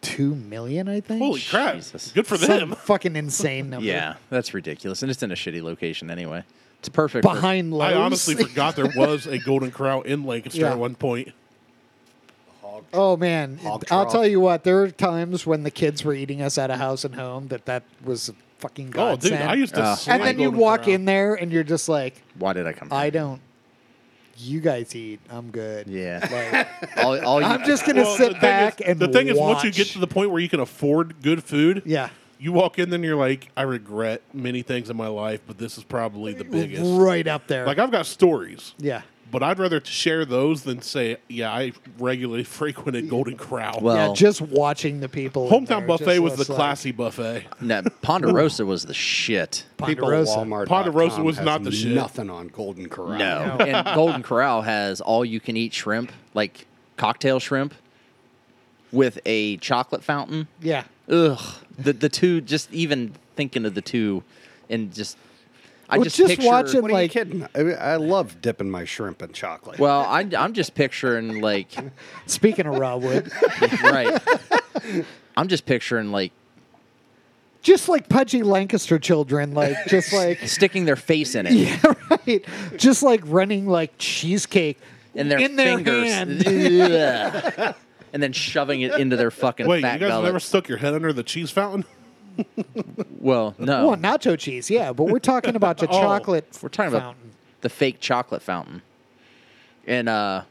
Speaker 4: two million, I think.
Speaker 2: Holy crap.
Speaker 1: Jesus.
Speaker 2: Good for
Speaker 4: Some
Speaker 2: them.
Speaker 4: Fucking insane number.
Speaker 1: Yeah, that's ridiculous, and it's in a shitty location anyway. It's perfect. for-
Speaker 4: Behind Lowe's.
Speaker 2: I honestly forgot there was a Golden Corral in Lancaster
Speaker 4: Yeah.
Speaker 2: at one point.
Speaker 4: Oh man,
Speaker 3: Hog
Speaker 4: I'll
Speaker 3: trough.
Speaker 4: tell you what. There were times when the kids were eating us out of house and home that that was a fucking
Speaker 2: Oh,
Speaker 4: godsend.
Speaker 2: dude, I used to.
Speaker 1: Uh,
Speaker 2: slam
Speaker 4: and then you
Speaker 2: Golden
Speaker 4: walk
Speaker 2: Corral.
Speaker 4: in there and you're just like,
Speaker 1: why did I come?
Speaker 4: I
Speaker 1: here?
Speaker 4: don't. You guys eat. I'm good.
Speaker 1: Yeah.
Speaker 4: Like,
Speaker 1: all, all you,
Speaker 4: I'm just gonna
Speaker 2: Well, the
Speaker 4: sit
Speaker 2: thing
Speaker 4: back
Speaker 2: is-
Speaker 4: and
Speaker 2: the thing is, once you
Speaker 4: watch.
Speaker 2: get to the point where you can afford good food,
Speaker 4: yeah,
Speaker 2: you walk in, then you're like, I regret many things in my life, but this is probably the biggest.
Speaker 4: right up there.
Speaker 2: Like I've got stories,
Speaker 4: yeah,
Speaker 2: But I'd rather share those than say, yeah, I regularly frequented Golden Crow.
Speaker 1: Well,
Speaker 4: yeah, just watching the people. in there
Speaker 2: Hometown
Speaker 4: just
Speaker 2: buffet was the
Speaker 4: looks like-
Speaker 2: classy buffet.
Speaker 1: Nah, Ponderosa was the shit.
Speaker 3: People at
Speaker 4: Ponderosa.
Speaker 3: Walmart.
Speaker 2: Ponderosa was not the shit.
Speaker 3: Nothing on Golden Corral.
Speaker 1: No. and Golden Corral has all you can eat shrimp, like cocktail shrimp, with a chocolate fountain.
Speaker 4: Yeah.
Speaker 1: Ugh. The the two just even thinking of the two and just I
Speaker 4: Well,
Speaker 1: just,
Speaker 4: just
Speaker 1: picture,
Speaker 4: watch it-
Speaker 3: What
Speaker 4: Like-
Speaker 3: are you kidding? I, mean, I love dipping my shrimp in chocolate.
Speaker 1: Well, I I'm just picturing like
Speaker 4: Speaking of raw wood,
Speaker 1: right. I'm just picturing like
Speaker 4: just like pudgy Lancaster children, like just like
Speaker 1: sticking their face in it
Speaker 4: right, just like running like cheesecake
Speaker 1: and their
Speaker 4: in their
Speaker 1: fingers
Speaker 4: hand.
Speaker 1: Ugh. and then shoving it into their fucking
Speaker 2: Wait, you
Speaker 1: fat
Speaker 2: guys
Speaker 1: gullet.
Speaker 2: never stuck your head under the cheese fountain?
Speaker 1: Well, no.
Speaker 4: Well, nacho cheese, yeah, but we're talking about the
Speaker 2: Oh,
Speaker 4: chocolate.
Speaker 1: We're talking
Speaker 4: fountain.
Speaker 1: about the fake chocolate fountain, and uh,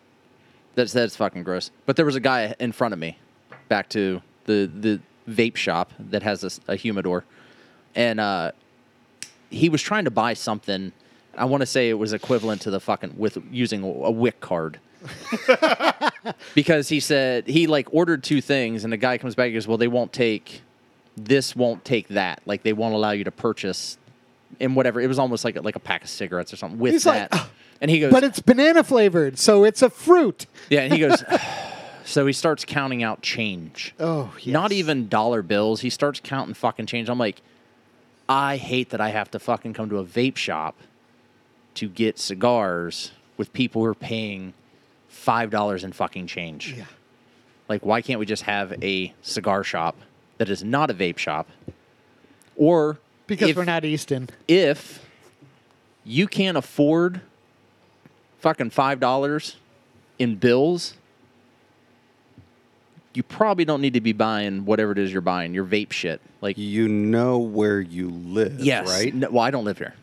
Speaker 1: that's that's fucking gross. But there was a guy in front of me, back to the the vape shop that has a, s- a humidor, and uh, he was trying to buy something. I want to say it was equivalent to the fucking with using a a wick card. because he said he like ordered two things and the guy comes back and goes, "Well, they won't take this won't take that. Like they won't allow you to purchase and whatever. It was almost like a, like a pack of cigarettes or something with
Speaker 4: He's like,
Speaker 1: that." and he goes,
Speaker 4: But it's banana flavored, so it's a fruit.
Speaker 1: yeah, and he goes. so he starts counting out change.
Speaker 4: Oh, yes.
Speaker 1: Not even dollar bills. He starts counting fucking change. I'm like, I hate that I have to fucking come to a vape shop to get cigars with people who are paying five dollars in fucking change. Yeah. Like, why can't we just have a cigar shop that is not a vape shop? Or
Speaker 4: Because
Speaker 1: if-
Speaker 4: we're not Easton.
Speaker 1: if you can't afford fucking five dollars in bills, you probably don't need to be buying whatever it is you're buying, your vape shit. Like
Speaker 3: you know where you live, right?
Speaker 1: No, well, I don't live here,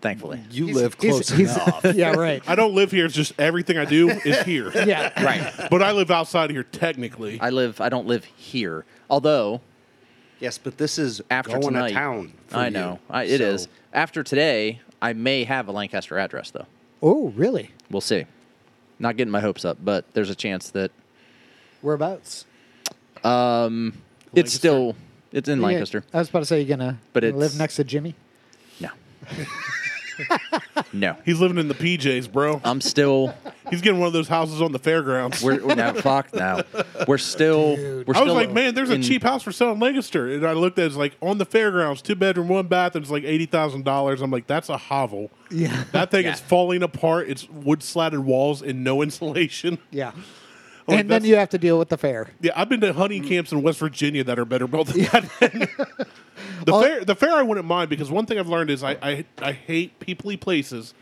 Speaker 1: thankfully.
Speaker 3: You live
Speaker 4: He's-
Speaker 3: close
Speaker 4: he's-
Speaker 3: enough.
Speaker 4: yeah, right.
Speaker 2: I don't live here. It's just everything I do is here.
Speaker 4: Yeah.
Speaker 1: Right.
Speaker 2: But I live outside here technically.
Speaker 1: I live. I don't live here. Although
Speaker 3: yes, but this is
Speaker 1: after
Speaker 3: going
Speaker 1: tonight,
Speaker 3: to town. for
Speaker 1: I
Speaker 3: you.
Speaker 1: know I, it is.
Speaker 3: So,
Speaker 1: After today, I may have a Lancaster address though.
Speaker 4: Oh, really?
Speaker 1: We'll see. Not getting my hopes up, but there's a chance that
Speaker 4: Whereabouts?
Speaker 1: it's still it's in
Speaker 4: Yeah,
Speaker 1: Lancaster.
Speaker 4: I was about to say you're gonna,
Speaker 1: But
Speaker 4: gonna live
Speaker 1: it's-
Speaker 4: next to Jimmy.
Speaker 1: No. no.
Speaker 2: He's living in the PJs, bro.
Speaker 1: I'm still.
Speaker 2: He's getting one of those houses on the fairgrounds.
Speaker 1: We're, we're no fuck no. We're still. We're
Speaker 2: I was
Speaker 1: still
Speaker 2: like, man, there's
Speaker 1: in-
Speaker 2: a cheap house for sale in Lancaster. And I looked at it, it's like on the fairgrounds, two bedroom, one bath, and it's like eighty thousand dollars. I'm like, that's a hovel.
Speaker 4: Yeah.
Speaker 2: That thing
Speaker 1: Yeah.
Speaker 2: is falling apart. It's wood slatted walls and no insulation.
Speaker 4: Yeah.
Speaker 1: Oh,
Speaker 2: Like,
Speaker 4: and then
Speaker 2: that's-
Speaker 4: you have to deal with the fair.
Speaker 2: Yeah, I've been to hunting
Speaker 4: Mm.
Speaker 2: camps in West Virginia that are better built than that. the fair, the fair, I wouldn't mind because one thing I've learned is I I, I hate peoply places,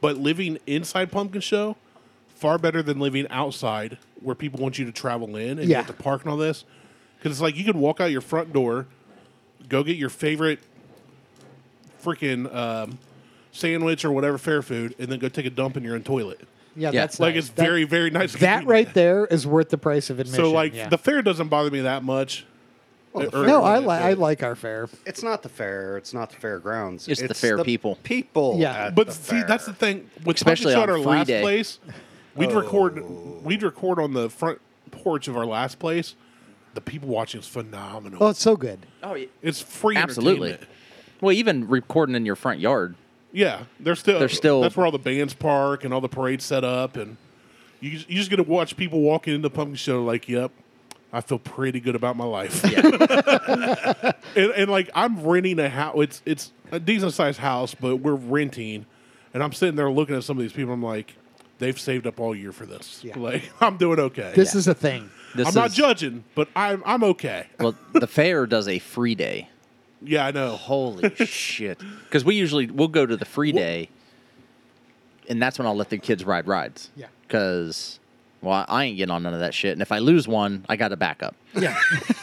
Speaker 2: but living inside Pumpkin Show far better than living outside where people want you to travel in and you
Speaker 4: Yeah.
Speaker 2: have to park and all this. Because it's like you can walk out your front door, go get your favorite freaking um, sandwich or whatever fair food, and then go take a dump in your own toilet.
Speaker 4: Yeah,
Speaker 1: Yeah.
Speaker 4: that's
Speaker 2: Like
Speaker 4: nice.
Speaker 2: it's
Speaker 4: That-
Speaker 2: very very nice.
Speaker 4: That
Speaker 2: convenience.
Speaker 4: right there is worth the price of admission.
Speaker 2: So like
Speaker 4: yeah.
Speaker 2: the fair doesn't bother me that much. Or-
Speaker 4: Oh, no,
Speaker 2: or-
Speaker 4: I like I like our fair.
Speaker 3: It's not the fair. It's not the fairgrounds.
Speaker 1: It's the fair people.
Speaker 3: People.
Speaker 4: Yeah.
Speaker 3: at
Speaker 2: But
Speaker 3: the
Speaker 2: see, that's the
Speaker 3: fair.
Speaker 2: thing. With
Speaker 1: Especially
Speaker 2: especially on our
Speaker 1: on free
Speaker 2: last
Speaker 1: day.
Speaker 2: place, we'd
Speaker 4: Oh.
Speaker 2: record. We'd record on the front porch of our last place. The people watching is phenomenal.
Speaker 4: Oh, it's so good.
Speaker 1: Oh, yeah.
Speaker 2: it's free.
Speaker 1: absolutely.
Speaker 2: entertainment.
Speaker 1: Well, even recording in your front yard.
Speaker 2: Yeah, they're still.
Speaker 1: They're still-
Speaker 2: That's where all the bands park and all the parades set up, and you you just get to watch people walking into pumpkin show. Like, yep, I feel pretty good about my life. and, and like I'm renting a house. It's it's a decent sized house, but we're renting, and I'm sitting there looking at some of these people. I'm like, they've saved up all year for this.
Speaker 4: Yeah.
Speaker 2: Like I'm doing okay.
Speaker 4: Uh, This is a thing.
Speaker 1: This
Speaker 2: I'm not
Speaker 1: is-
Speaker 2: judging, but I'm I'm okay.
Speaker 1: Well, the fair does a free day.
Speaker 2: Yeah, I know.
Speaker 1: Holy shit! Because we usually we'll go to the free day, and that's when I'll let the kids ride rides.
Speaker 4: Yeah.
Speaker 1: Because well, I ain't getting on none of that shit, and if I lose one, I got to back up.
Speaker 4: Yeah.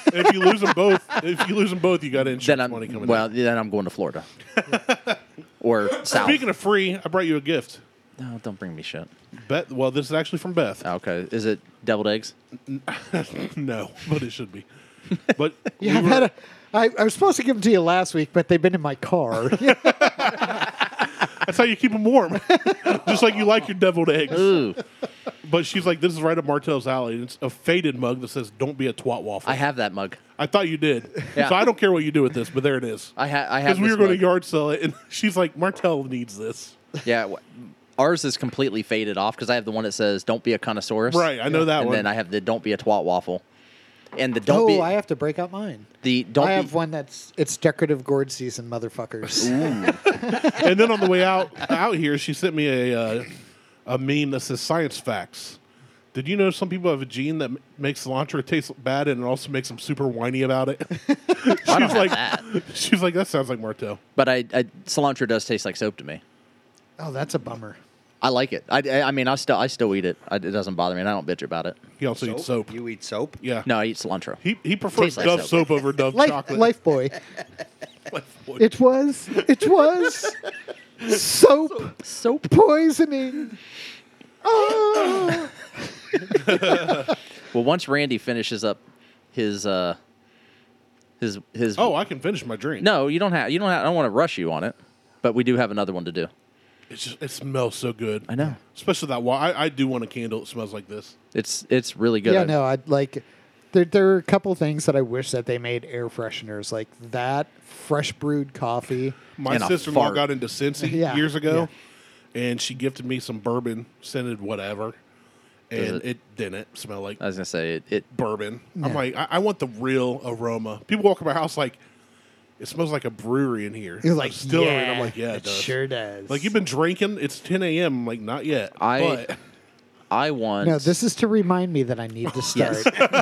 Speaker 2: if you lose them both, if you lose them both, you got insurance
Speaker 1: then I'm
Speaker 2: money coming.
Speaker 1: well,
Speaker 2: in.
Speaker 1: then I'm going to Florida or South.
Speaker 2: Speaking of free, I brought you a gift.
Speaker 1: no, don't bring me shit.
Speaker 2: Beth. Well, this is actually from Beth.
Speaker 1: Okay, is it deviled eggs?
Speaker 2: no, but it should be. But
Speaker 4: Yeah, I've
Speaker 2: we were-
Speaker 4: had a, I, I was supposed to give them to you last week, but they've been in my car.
Speaker 2: That's how you keep them warm. Just like you like your deviled eggs.
Speaker 1: Ooh,
Speaker 2: But she's like, this is right up Martell's alley. And it's a faded mug that says, don't be a twat waffle.
Speaker 1: I
Speaker 2: I,
Speaker 1: have that mug.
Speaker 2: thought you did.
Speaker 1: Yeah.
Speaker 2: So I don't care what you do with this, but there it is.
Speaker 1: I, ha- I have.
Speaker 2: Because we
Speaker 1: this
Speaker 2: were going to
Speaker 1: mug.
Speaker 2: yard sell it. And she's like, Martell needs this.
Speaker 1: Yeah, w- ours is completely faded off because I have the one that says "Don't be a connoisseurist."
Speaker 2: Right. I know that
Speaker 1: and
Speaker 2: one.
Speaker 1: then I have the "Don't be a twat waffle," and the "Don't
Speaker 4: oh,
Speaker 1: be
Speaker 4: I have to break out mine.
Speaker 1: the don't be,
Speaker 4: I have one that's it's decorative gourd season, motherfuckers.
Speaker 2: and then on the way out out here, she sent me a uh, a meme that says science facts. Did you know some people have a gene that m- makes cilantro taste bad and it also makes them super whiny about it? she's like,
Speaker 1: that.
Speaker 2: she's like, that sounds like Martel.
Speaker 1: But I, I cilantro does taste like soap to me.
Speaker 4: oh, that's a bummer.
Speaker 1: I like it. I, I- I mean, I still I still eat it. I, it doesn't bother me, and I don't bitch about it.
Speaker 2: He also eats soap.
Speaker 3: You eat soap?
Speaker 2: Yeah,
Speaker 1: No, I eat cilantro.
Speaker 2: he he prefers
Speaker 1: Tastes like
Speaker 2: Dove
Speaker 1: soap.
Speaker 2: soap. over Dove
Speaker 4: Life,
Speaker 2: chocolate.
Speaker 4: life boy.
Speaker 2: Boy,
Speaker 4: It was. It was. soap
Speaker 1: Soap.
Speaker 4: poisoning.
Speaker 1: Well, once Randy finishes up his uh his his
Speaker 2: oh, I can finish my drink.
Speaker 1: no, you don't have you don't have, I don't want to rush you on it, but we do have another one to do.
Speaker 2: it's just, it smells so good.
Speaker 1: I know.
Speaker 2: especially that. Wa- I, I do want a candle that smells like this.
Speaker 1: It's it's really good.
Speaker 4: Yeah, no, I'd like. There, there are a couple things that I wish that they made air fresheners, like that fresh brewed coffee.
Speaker 2: My
Speaker 1: And a
Speaker 2: sister in law
Speaker 1: fart.
Speaker 2: got into Cincy
Speaker 4: Yeah,
Speaker 2: years ago, and she gifted me some bourbon scented whatever, and
Speaker 1: it-
Speaker 2: it, didn't smell like
Speaker 1: I was gonna say it. it
Speaker 2: bourbon. I'm like, I, I want the real aroma. People walk in my house like, it smells like a brewery in here.
Speaker 4: You're
Speaker 2: A
Speaker 4: like,
Speaker 2: distillery,"
Speaker 4: yeah,
Speaker 2: and I'm like, yeah, it, does.
Speaker 4: sure does.
Speaker 2: Like you've been drinking. It's 10 a.m. I'm like, not yet.
Speaker 1: I-
Speaker 2: but
Speaker 1: I want.
Speaker 4: No, this is to remind me that I need to start.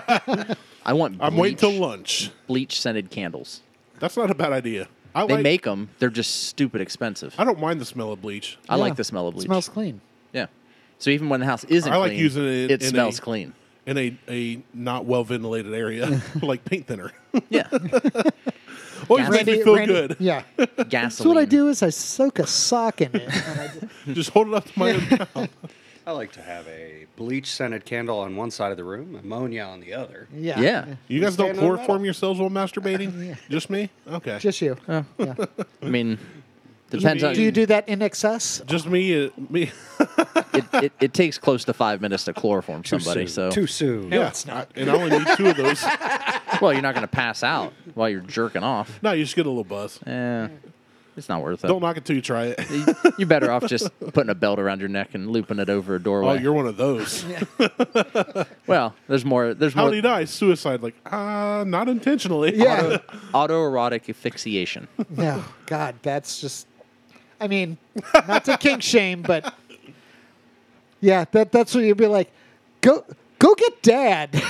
Speaker 1: Yes. I want. Bleach,
Speaker 2: I'm waiting till lunch.
Speaker 1: bleach scented candles.
Speaker 2: That's not a bad idea. I
Speaker 1: They
Speaker 2: like.
Speaker 1: make them. They're just stupid expensive.
Speaker 2: I don't mind the smell of bleach.
Speaker 1: I
Speaker 4: Yeah.
Speaker 1: like the smell of bleach.
Speaker 4: Smells clean.
Speaker 1: Yeah. So even when the house isn't
Speaker 2: I like
Speaker 1: clean,
Speaker 2: using it
Speaker 1: it
Speaker 2: in
Speaker 1: smells
Speaker 2: a-
Speaker 1: clean.
Speaker 2: In a, a not well ventilated area, like paint thinner.
Speaker 1: Yeah.
Speaker 2: Always makes me feel
Speaker 4: Randy-
Speaker 2: good.
Speaker 4: Yeah.
Speaker 1: Gasoline.
Speaker 4: So what I do is I soak a sock in it. And I just,
Speaker 2: Just hold it up to my own mouth.
Speaker 3: I like to have a bleach scented candle on one side of the room, ammonia on the other.
Speaker 4: yeah.
Speaker 1: Yeah.
Speaker 2: You guys don't
Speaker 3: Stand on the
Speaker 2: chloroform
Speaker 3: metal.
Speaker 2: yourselves while masturbating? Just me? Okay.
Speaker 4: Just you. Yeah.
Speaker 1: I mean, depends on.
Speaker 4: Do you do that in excess?
Speaker 2: Just me, uh, me.
Speaker 1: it, it, it takes close to five minutes to chloroform somebody. So,
Speaker 3: Too soon.
Speaker 2: yeah, And I only need two of those.
Speaker 1: well, you're not going to pass out while you're jerking off.
Speaker 2: No, you just get a little buzz.
Speaker 1: Eh, it's not worth it.
Speaker 2: Don't knock it till you try it.
Speaker 1: You- You're better off just putting a belt around your neck and looping it over a
Speaker 2: Oh,
Speaker 1: doorway.
Speaker 2: you're one of those.
Speaker 1: well, there's more. There's
Speaker 2: How
Speaker 1: more
Speaker 2: did he die? Suicide? Like, ah, not intentionally.
Speaker 4: Yeah.
Speaker 1: autoerotic asphyxiation.
Speaker 4: no. God, that's just. I mean, not to kink shame, but yeah, that that's what you'd be like. Go go get dad.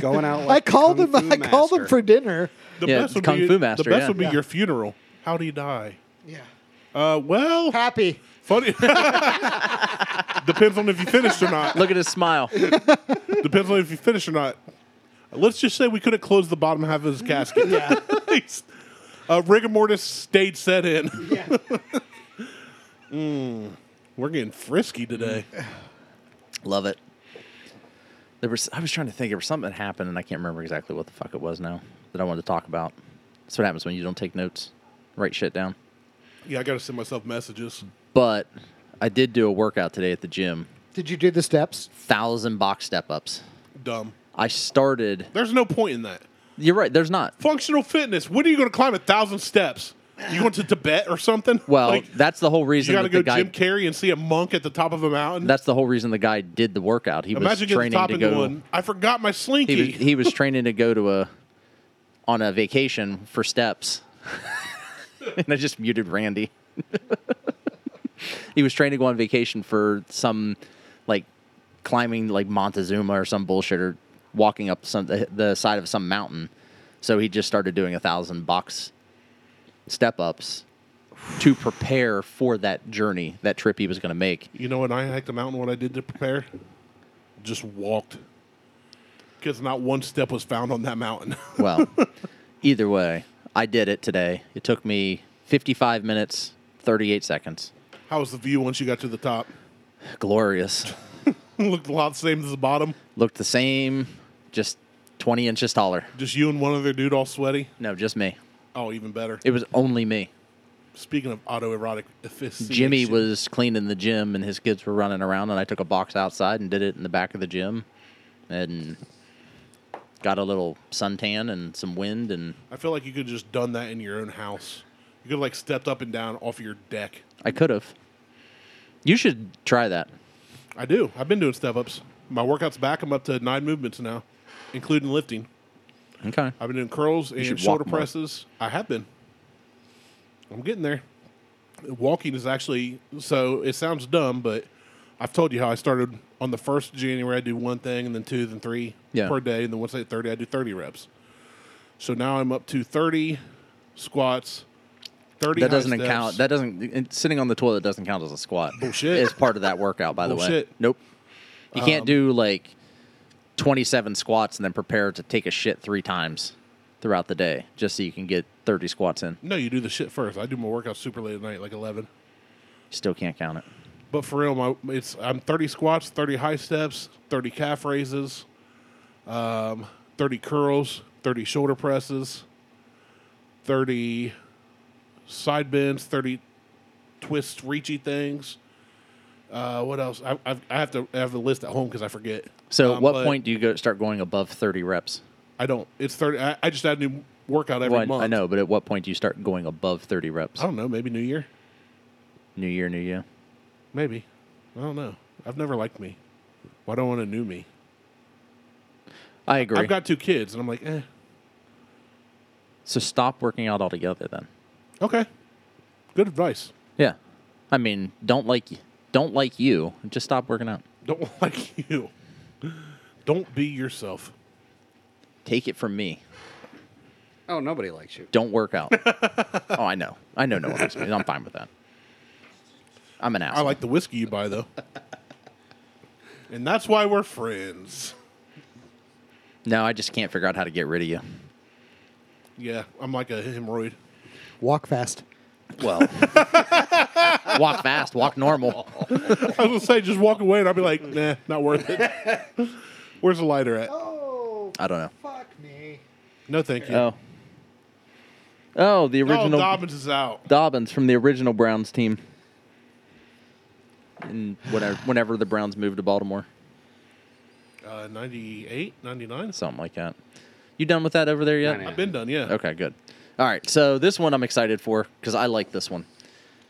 Speaker 3: Going out
Speaker 4: I
Speaker 3: like
Speaker 4: called
Speaker 3: Kung
Speaker 4: him.
Speaker 3: Fu
Speaker 4: I called him
Speaker 3: master.
Speaker 4: for dinner.
Speaker 2: The
Speaker 1: Yeah,
Speaker 2: best would
Speaker 1: Kung
Speaker 2: be,
Speaker 1: Fu master,
Speaker 2: The best
Speaker 1: yeah.
Speaker 2: would be
Speaker 1: Yeah.
Speaker 2: your funeral. How do you die?
Speaker 4: Yeah.
Speaker 2: Uh, well,
Speaker 4: Happy.
Speaker 2: funny. Depends on if you finished or not.
Speaker 1: Look at his smile.
Speaker 2: Depends on if you finish or not. Let's just say we couldn't close the bottom half of his casket.
Speaker 4: Yeah.
Speaker 2: He's- uh, rigor mortis stayed set in. Yeah. we're getting frisky today.
Speaker 1: Love it. There was. I was trying to think. There was something that happened, and I can't remember exactly what the fuck it was now that I wanted to talk about. That's what happens when you don't take notes, write shit down.
Speaker 2: Yeah, I got to send myself messages.
Speaker 1: But I did do a workout today at the gym.
Speaker 4: Did you do the steps?
Speaker 1: Thousand box step ups.
Speaker 2: Dumb.
Speaker 1: I started.
Speaker 2: There's no point in that.
Speaker 1: You're right. There's not.
Speaker 2: Functional fitness. What are you going to climb a thousand steps? You going to Tibet or something?
Speaker 1: Well,
Speaker 2: Like,
Speaker 1: that's the whole
Speaker 2: you
Speaker 1: reason
Speaker 2: got to
Speaker 1: that the
Speaker 2: go
Speaker 1: guy.
Speaker 2: Jim Carrey and see a monk at the top of a mountain.
Speaker 1: that's the whole reason the guy did the workout. He
Speaker 2: Imagine
Speaker 1: was
Speaker 2: getting the
Speaker 1: training
Speaker 2: top
Speaker 1: to
Speaker 2: into
Speaker 1: go.
Speaker 2: one. I forgot my
Speaker 1: He
Speaker 2: slinky.
Speaker 1: was, he was training to go to a on a vacation for steps, and I just muted Randy. he was trained to go on vacation for some like climbing like Montezuma or some bullshit or walking up some the, the side of some mountain. So he just started doing a thousand box step ups to prepare for that journey, that trip he was going to make.
Speaker 2: You know when I hiked the mountain, what I did to prepare? Just walked. Because not one step was found on that mountain.
Speaker 1: Well, either way, I did it today. It took me 55 minutes, 38 seconds.
Speaker 2: How was the view once you got to the top?
Speaker 1: Glorious.
Speaker 2: Looked a lot the same as the bottom.
Speaker 1: Looked the same, just 20 inches taller.
Speaker 2: Just you and one other dude all sweaty.
Speaker 1: No, just me.
Speaker 2: Oh, even better.
Speaker 1: It was only me.
Speaker 2: Speaking of autoerotic asphyxiation,
Speaker 1: Jimmy was cleaning the gym and his kids were running around, and I took a box outside and did it in the back of the gym, and got a little suntan and some wind, and
Speaker 2: I feel like you could have just done that in your own house. You could have like stepped up and down off your deck.
Speaker 1: I could have. You should try that.
Speaker 2: I do. I've been doing step ups. My workout's back. I'm up to nine movements now, including lifting.
Speaker 1: Okay.
Speaker 2: I've been doing curls and
Speaker 1: should
Speaker 2: shoulder
Speaker 1: walk more.
Speaker 2: presses. I have been. I'm getting there. Walking is actually so it sounds dumb, but I've told you how I started on the first of January I do one thing and then two, then three
Speaker 1: Yeah.
Speaker 2: per day, and then once I hit thirty I do thirty reps. So now I'm up to thirty squats, thirty.
Speaker 1: That
Speaker 2: high
Speaker 1: doesn't
Speaker 2: steps.
Speaker 1: count. That doesn't it- sitting on the toilet doesn't count as a squat.
Speaker 2: Bullshit.
Speaker 1: It's part of that workout, by the way.
Speaker 2: Bullshit. Um,
Speaker 1: Nope. You can't do like twenty-seven squats and then prepare to take a shit three times throughout the day, just so you can get thirty squats in.
Speaker 2: no, you do the shit first. I do my workout super late at night, like eleven.
Speaker 1: Still can't count it.
Speaker 2: But for real, my it's I'm 30 squats, 30 high steps, 30 calf raises, um, 30 curls, 30 shoulder presses, 30 side bends, 30 twists, reachy things. Uh, what else? I, I've, I have to I have the list at home because I forget.
Speaker 1: So,
Speaker 2: Um,
Speaker 1: at what
Speaker 2: but
Speaker 1: point do you go start going above thirty reps?
Speaker 2: I don't. It's 30. I, I just add a new workout every
Speaker 1: Well, I-
Speaker 2: month.
Speaker 1: I know, but at what point do you start going above thirty reps?
Speaker 2: I don't know. Maybe New Year.
Speaker 1: New year, new year.
Speaker 2: Maybe. I don't know. I've never liked me. Why don't want to new me?
Speaker 1: I agree.
Speaker 2: I've got two kids, and I'm like, eh.
Speaker 1: so stop working out altogether then.
Speaker 2: Okay. Good advice.
Speaker 1: Yeah. I mean, don't like don't like you. Just stop working out.
Speaker 2: Don't like you. Don't be yourself.
Speaker 1: Take it from me.
Speaker 3: Oh, nobody likes you.
Speaker 1: Don't work out. oh, I know. I know no one likes me. I'm fine with that. I'm an
Speaker 2: I
Speaker 1: asshole.
Speaker 2: like the whiskey you buy though. and that's why we're friends.
Speaker 1: no, I just can't figure out how to get rid of you.
Speaker 2: Yeah, I'm like a hemorrhoid.
Speaker 4: Walk fast.
Speaker 1: Well, walk fast, walk normal.
Speaker 2: I was gonna say just walk away and I'll be like, nah, not worth it. Where's the lighter at?
Speaker 4: Oh,
Speaker 1: I don't know.
Speaker 4: fuck me.
Speaker 2: No thank you.
Speaker 1: Oh. Oh, the
Speaker 2: no,
Speaker 1: original
Speaker 2: Dobbins is out.
Speaker 1: Dobbins from the original Browns team. And whenever, whenever the Browns moved to Baltimore,
Speaker 2: Uh, 98, 99?
Speaker 1: something like that. You done with that over there yet?
Speaker 3: Not
Speaker 2: I've been done, yeah.
Speaker 1: Okay, good. All right, so this one I'm excited for because I like this one.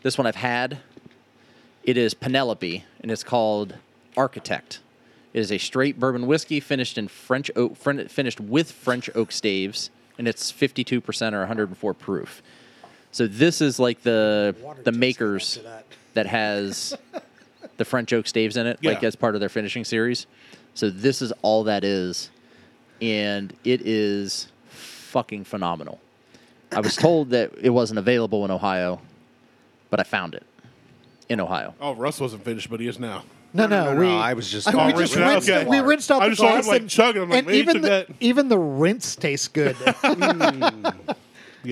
Speaker 1: This one I've had. It is Penelope, and it's called Architect. It is a straight bourbon whiskey finished in French oak, fin- finished with French oak staves, and it's 52% or 104 proof. So this is like the
Speaker 5: Water
Speaker 1: the
Speaker 5: tasted
Speaker 1: makers
Speaker 5: after that.
Speaker 1: that has the French oak staves in it, like
Speaker 2: Yeah.
Speaker 1: as part of their finishing series. So this is all that is, and it is fucking phenomenal. I was told that it wasn't available in Ohio, but I found it in Ohio.
Speaker 2: Oh, Russ wasn't finished, but he is now.
Speaker 4: No, no, we.
Speaker 3: I was just.
Speaker 4: we
Speaker 2: Oh,
Speaker 4: just
Speaker 2: really?
Speaker 4: rinsed,
Speaker 2: Okay.
Speaker 4: it- we rinsed out
Speaker 2: I
Speaker 4: the
Speaker 2: just saw him,
Speaker 4: glass
Speaker 2: like,
Speaker 4: and,
Speaker 2: chugging. I'm like,
Speaker 4: and
Speaker 2: man, he
Speaker 4: even
Speaker 2: took
Speaker 4: the
Speaker 2: that.
Speaker 4: even the rinse tastes good.
Speaker 2: Yeah, I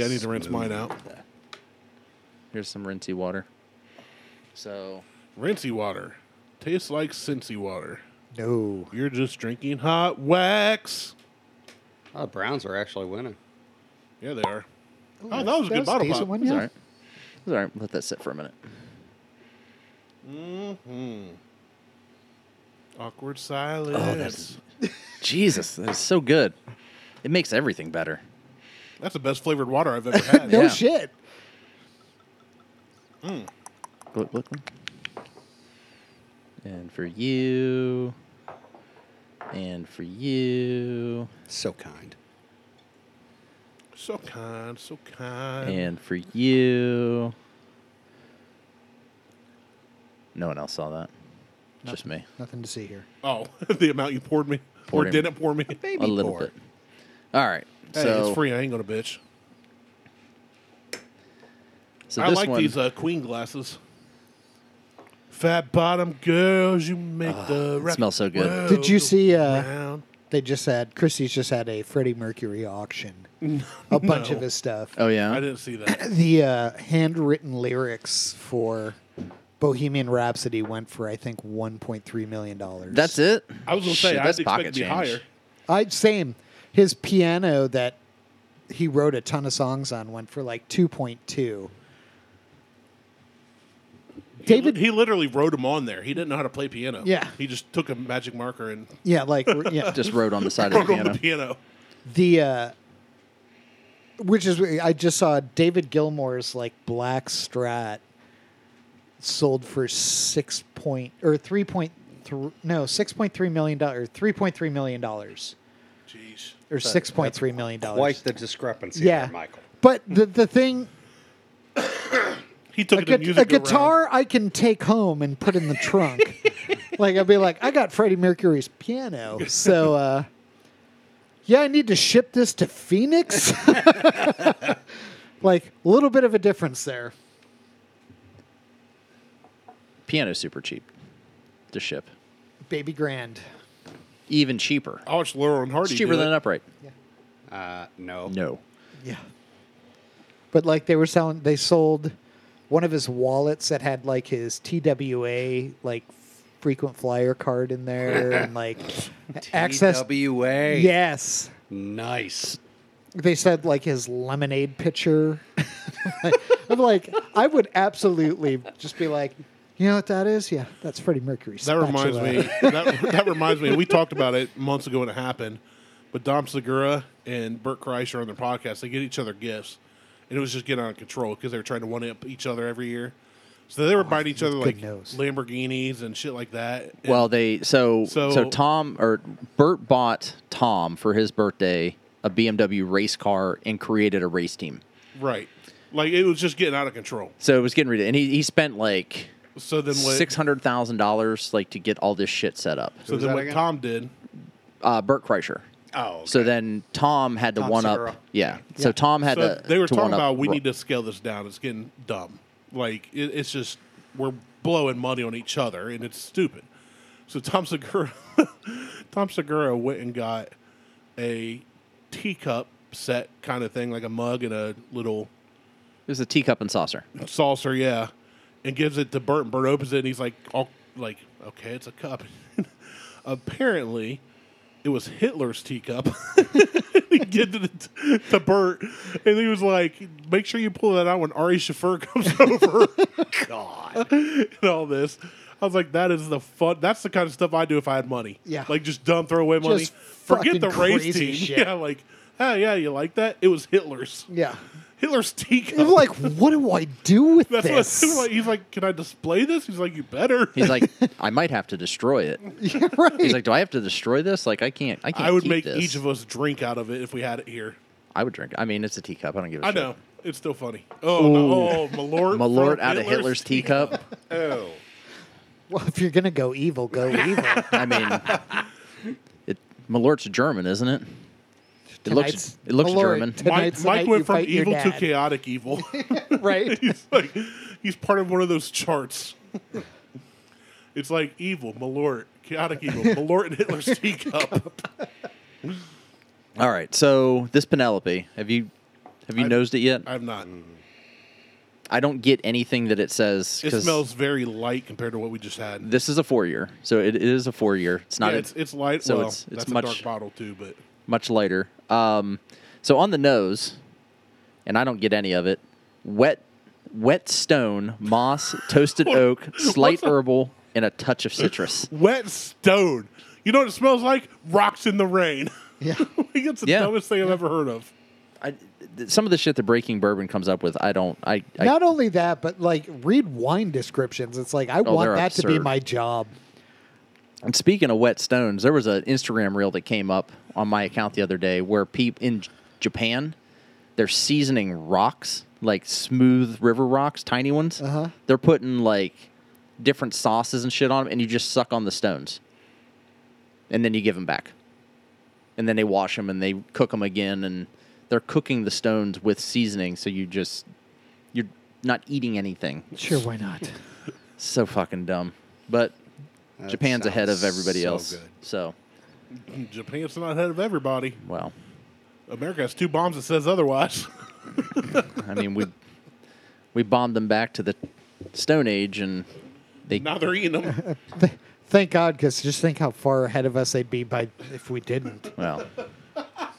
Speaker 2: need to rinse mine out.
Speaker 1: Here's some rinsey water. So
Speaker 2: Rinsey water. Tastes like Cincy water.
Speaker 4: no,
Speaker 2: You're just drinking hot wax.
Speaker 3: Oh, the Browns are actually winning.
Speaker 2: Yeah, they are. oh, that was a
Speaker 4: That
Speaker 2: good
Speaker 4: was
Speaker 2: bottle
Speaker 4: decent
Speaker 2: pop.
Speaker 4: one,
Speaker 1: it's
Speaker 4: yeah.
Speaker 1: all right. It's all right. Let that sit for a minute. Oh,
Speaker 2: Awkward silence.
Speaker 1: that's- Jesus, that is so good. It makes everything better.
Speaker 2: That's the best flavored water I've ever had.
Speaker 4: No
Speaker 1: Yeah.
Speaker 4: shit.
Speaker 1: Look, look. look. And for you. And for you.
Speaker 3: So kind.
Speaker 2: So kind, so kind.
Speaker 1: And for you. No one else saw that. Just me.
Speaker 4: Nothing to see here.
Speaker 2: oh, the amount you poured me.
Speaker 1: Poured
Speaker 2: or
Speaker 1: him.
Speaker 2: didn't pour me. Hey,
Speaker 1: A little bit. All right. so
Speaker 2: it's free. I ain't going to bitch.
Speaker 1: so
Speaker 2: I
Speaker 1: this
Speaker 2: like
Speaker 1: one,
Speaker 2: these uh, queen glasses. Fat bottom girls, you make the
Speaker 1: it smells so good.
Speaker 2: world
Speaker 4: Did you
Speaker 2: go
Speaker 4: see, uh,
Speaker 2: Oh, round.
Speaker 4: They just had Christie's just had a Freddie Mercury auction. a bunch
Speaker 2: No.
Speaker 4: of his stuff.
Speaker 1: oh, yeah.
Speaker 2: I didn't see that.
Speaker 4: The uh, handwritten lyrics for Bohemian Rhapsody went for I think 1.3 million dollars.
Speaker 1: That's it?
Speaker 2: I was going to
Speaker 1: Shit,
Speaker 2: say, I
Speaker 1: that's
Speaker 2: didn't expect
Speaker 1: pocket
Speaker 2: it to be
Speaker 1: change.
Speaker 2: higher.
Speaker 4: I same. His piano that he wrote a ton of songs on went for like 2.2. David,
Speaker 2: he, literally wrote him on there. He didn't know how to play piano.
Speaker 4: Yeah.
Speaker 2: he just took a magic marker and
Speaker 4: yeah, like yeah,
Speaker 1: Just wrote on the side of the
Speaker 2: wrote on
Speaker 1: piano.
Speaker 2: the piano.
Speaker 4: the uh which is I just saw David Gilmour's like Black Strat sold for six point or three point three no six point three million dollars three point three million dollars
Speaker 2: Jeez,
Speaker 4: or six point three million dollars.
Speaker 3: Quite the discrepancy
Speaker 4: yeah,
Speaker 3: there, Michael.
Speaker 4: But the the thing
Speaker 2: he took
Speaker 4: a,
Speaker 2: it to
Speaker 4: gu-
Speaker 2: music
Speaker 4: a guitar I can take home and put in the trunk. like I'll be like, I got Freddie Mercury's piano, so uh, yeah, I need to ship this to Phoenix. like a little bit of a difference there.
Speaker 1: Piano's super cheap to ship,
Speaker 4: Baby Grand.
Speaker 1: even cheaper.
Speaker 2: I watched Laurel and Hardy.
Speaker 1: It's cheaper
Speaker 2: do
Speaker 1: than an
Speaker 2: it.
Speaker 1: upright.
Speaker 3: Uh, no.
Speaker 1: No.
Speaker 4: Yeah. But like they were selling, they sold one of his wallets that had like his TWA like frequent flyer card in there and like access.
Speaker 3: TWA.
Speaker 4: Yes.
Speaker 3: Nice.
Speaker 4: they said like his lemonade pitcher. I'm like, I would absolutely just be like, you know what that is? Yeah, that's Freddie Mercury's.
Speaker 2: That reminds
Speaker 4: spatula."
Speaker 2: me. That, that reminds me. We talked about it months ago when it happened. But Dom Segura and Burt Kreischer on their podcast, they get each other gifts, and it was just getting out of control because they were trying to one up each other every year. So they were buying each other
Speaker 4: Oh, good
Speaker 2: like
Speaker 4: nose.
Speaker 2: Lamborghinis and shit like that. And
Speaker 1: Well, they so, so
Speaker 2: So-
Speaker 1: Tom or Bert bought Tom for his birthday a BMW race car and created a race team.
Speaker 2: right, like it was just getting out of control.
Speaker 1: So it was getting ridiculous, and he, he spent like
Speaker 2: So then what?
Speaker 1: six hundred thousand dollars like to get all this shit set up.
Speaker 2: so
Speaker 3: Who's
Speaker 2: then
Speaker 3: that
Speaker 2: what
Speaker 3: again?
Speaker 2: Tom did
Speaker 1: Uh, Bert Kreischer.
Speaker 3: Oh. okay.
Speaker 1: So then Tom had to
Speaker 3: Tom
Speaker 1: one
Speaker 3: Segura.
Speaker 1: up. Yeah. So Tom had
Speaker 2: so
Speaker 1: to.
Speaker 2: they were
Speaker 1: to
Speaker 2: talking
Speaker 1: one-up
Speaker 2: about we
Speaker 1: Ro-
Speaker 2: need to scale this down. It's getting dumb. Like it, it's just we're blowing money on each other, and it's stupid. So Tom Segura, Tom Segura went and got a teacup set kind of thing, like a mug and a little
Speaker 1: It was a teacup and saucer.
Speaker 2: saucer, yeah, and gives it to Bert, and Bert opens it, and he's like, all like, okay, it's a cup. Apparently, it was Hitler's teacup. he gives it to, to Bert, and he was like, make sure you pull that out when Ari Shafir comes over
Speaker 3: God.
Speaker 2: and all this. I was like, that is the fun. That's the kind of stuff I do if I had money.
Speaker 4: Yeah.
Speaker 2: like just dumb throwaway money.
Speaker 4: Just fucking
Speaker 2: Forget the race
Speaker 4: crazy
Speaker 2: team.
Speaker 4: shit.
Speaker 2: Yeah, like, oh yeah, you like that? It was Hitler's.
Speaker 4: Yeah.
Speaker 2: Hitler's teacup.
Speaker 4: I'm like, what do I do with
Speaker 2: That's
Speaker 4: this?
Speaker 2: what like, he's like. Can I display this? He's like, you better.
Speaker 1: He's like, I might have to destroy it.
Speaker 4: Yeah, right.
Speaker 1: He's like, do I have to destroy this? Like, I can't. I can't.
Speaker 2: I would
Speaker 1: keep
Speaker 2: make
Speaker 1: this.
Speaker 2: each of us drink out of it if we had it here.
Speaker 1: I would drink. it. I mean, it's a teacup. I don't give a
Speaker 2: I
Speaker 1: shit.
Speaker 2: know it's still funny. Oh, no, oh, Malort,
Speaker 1: Malort
Speaker 2: from
Speaker 1: out of Hitler's teacup.
Speaker 3: Oh.
Speaker 4: well, if you're gonna go evil, go evil.
Speaker 1: I mean, it, Malort's German, isn't it? It
Speaker 4: Tonight's
Speaker 1: looks it looks
Speaker 4: Malort.
Speaker 1: German.
Speaker 4: Tonight-
Speaker 2: Mike,
Speaker 4: Tonight's the
Speaker 2: Mike
Speaker 4: night you
Speaker 2: went from
Speaker 4: fight your
Speaker 2: evil to
Speaker 4: dad.
Speaker 2: chaotic evil.
Speaker 4: right?
Speaker 2: he's like, he's part of one of those charts. it's like evil, Malort, chaotic evil, Malort and Hitler's teacup.
Speaker 1: All right, so this Penelope, have you have you
Speaker 2: I-
Speaker 1: nosed it yet? I,
Speaker 2: I've not.
Speaker 1: Mm. don't get anything that it says
Speaker 2: It
Speaker 1: 'cause
Speaker 2: smells very light compared to what we just had.
Speaker 1: This is a four year, so it, it is a four year. It's not
Speaker 2: yeah,
Speaker 1: a-
Speaker 2: it's it's light.
Speaker 1: so
Speaker 2: well,
Speaker 1: it's- it's
Speaker 2: that's
Speaker 1: much-
Speaker 2: a dark bottle too, but
Speaker 1: much lighter. Um, so on the nose, and I don't get any of it. Wet, wet stone, moss, toasted oak, slight herbal, and a touch of citrus.
Speaker 2: wet stone. You know what it smells like? Rocks in the rain.
Speaker 4: Yeah.
Speaker 2: like it's the
Speaker 1: Yeah.
Speaker 2: dumbest thing I've ever heard of.
Speaker 1: I, th- some of the shit that Breaking Bourbon comes up with, I don't. I, I
Speaker 4: Not only that, but like read wine descriptions. It's like I want
Speaker 1: Oh, they're
Speaker 4: that to be
Speaker 1: absurd.
Speaker 4: my job.
Speaker 1: And speaking of wet stones, there was an Instagram reel that came up on my account the other day where peep in J- Japan, they're seasoning rocks, like smooth river rocks, tiny ones.
Speaker 4: Uh-huh.
Speaker 1: They're putting like different sauces and shit on them, and you just suck on the stones, and then you give them back, and then they wash them and they cook them again, and they're cooking the stones with seasoning, so you just you're not eating anything.
Speaker 4: Sure, why not?
Speaker 1: So fucking dumb, but
Speaker 3: That
Speaker 1: Japan's ahead of
Speaker 3: sounds
Speaker 1: everybody
Speaker 3: so
Speaker 1: else.
Speaker 3: good.
Speaker 1: So.
Speaker 2: Japan's not ahead of everybody.
Speaker 1: Well,
Speaker 2: America has two bombs that says otherwise.
Speaker 1: I mean, we we bombed them back to the Stone Age, and they
Speaker 2: now they're eating them.
Speaker 4: Thank God, because just think how far ahead of us they'd be by if we didn't.
Speaker 1: well. Ah,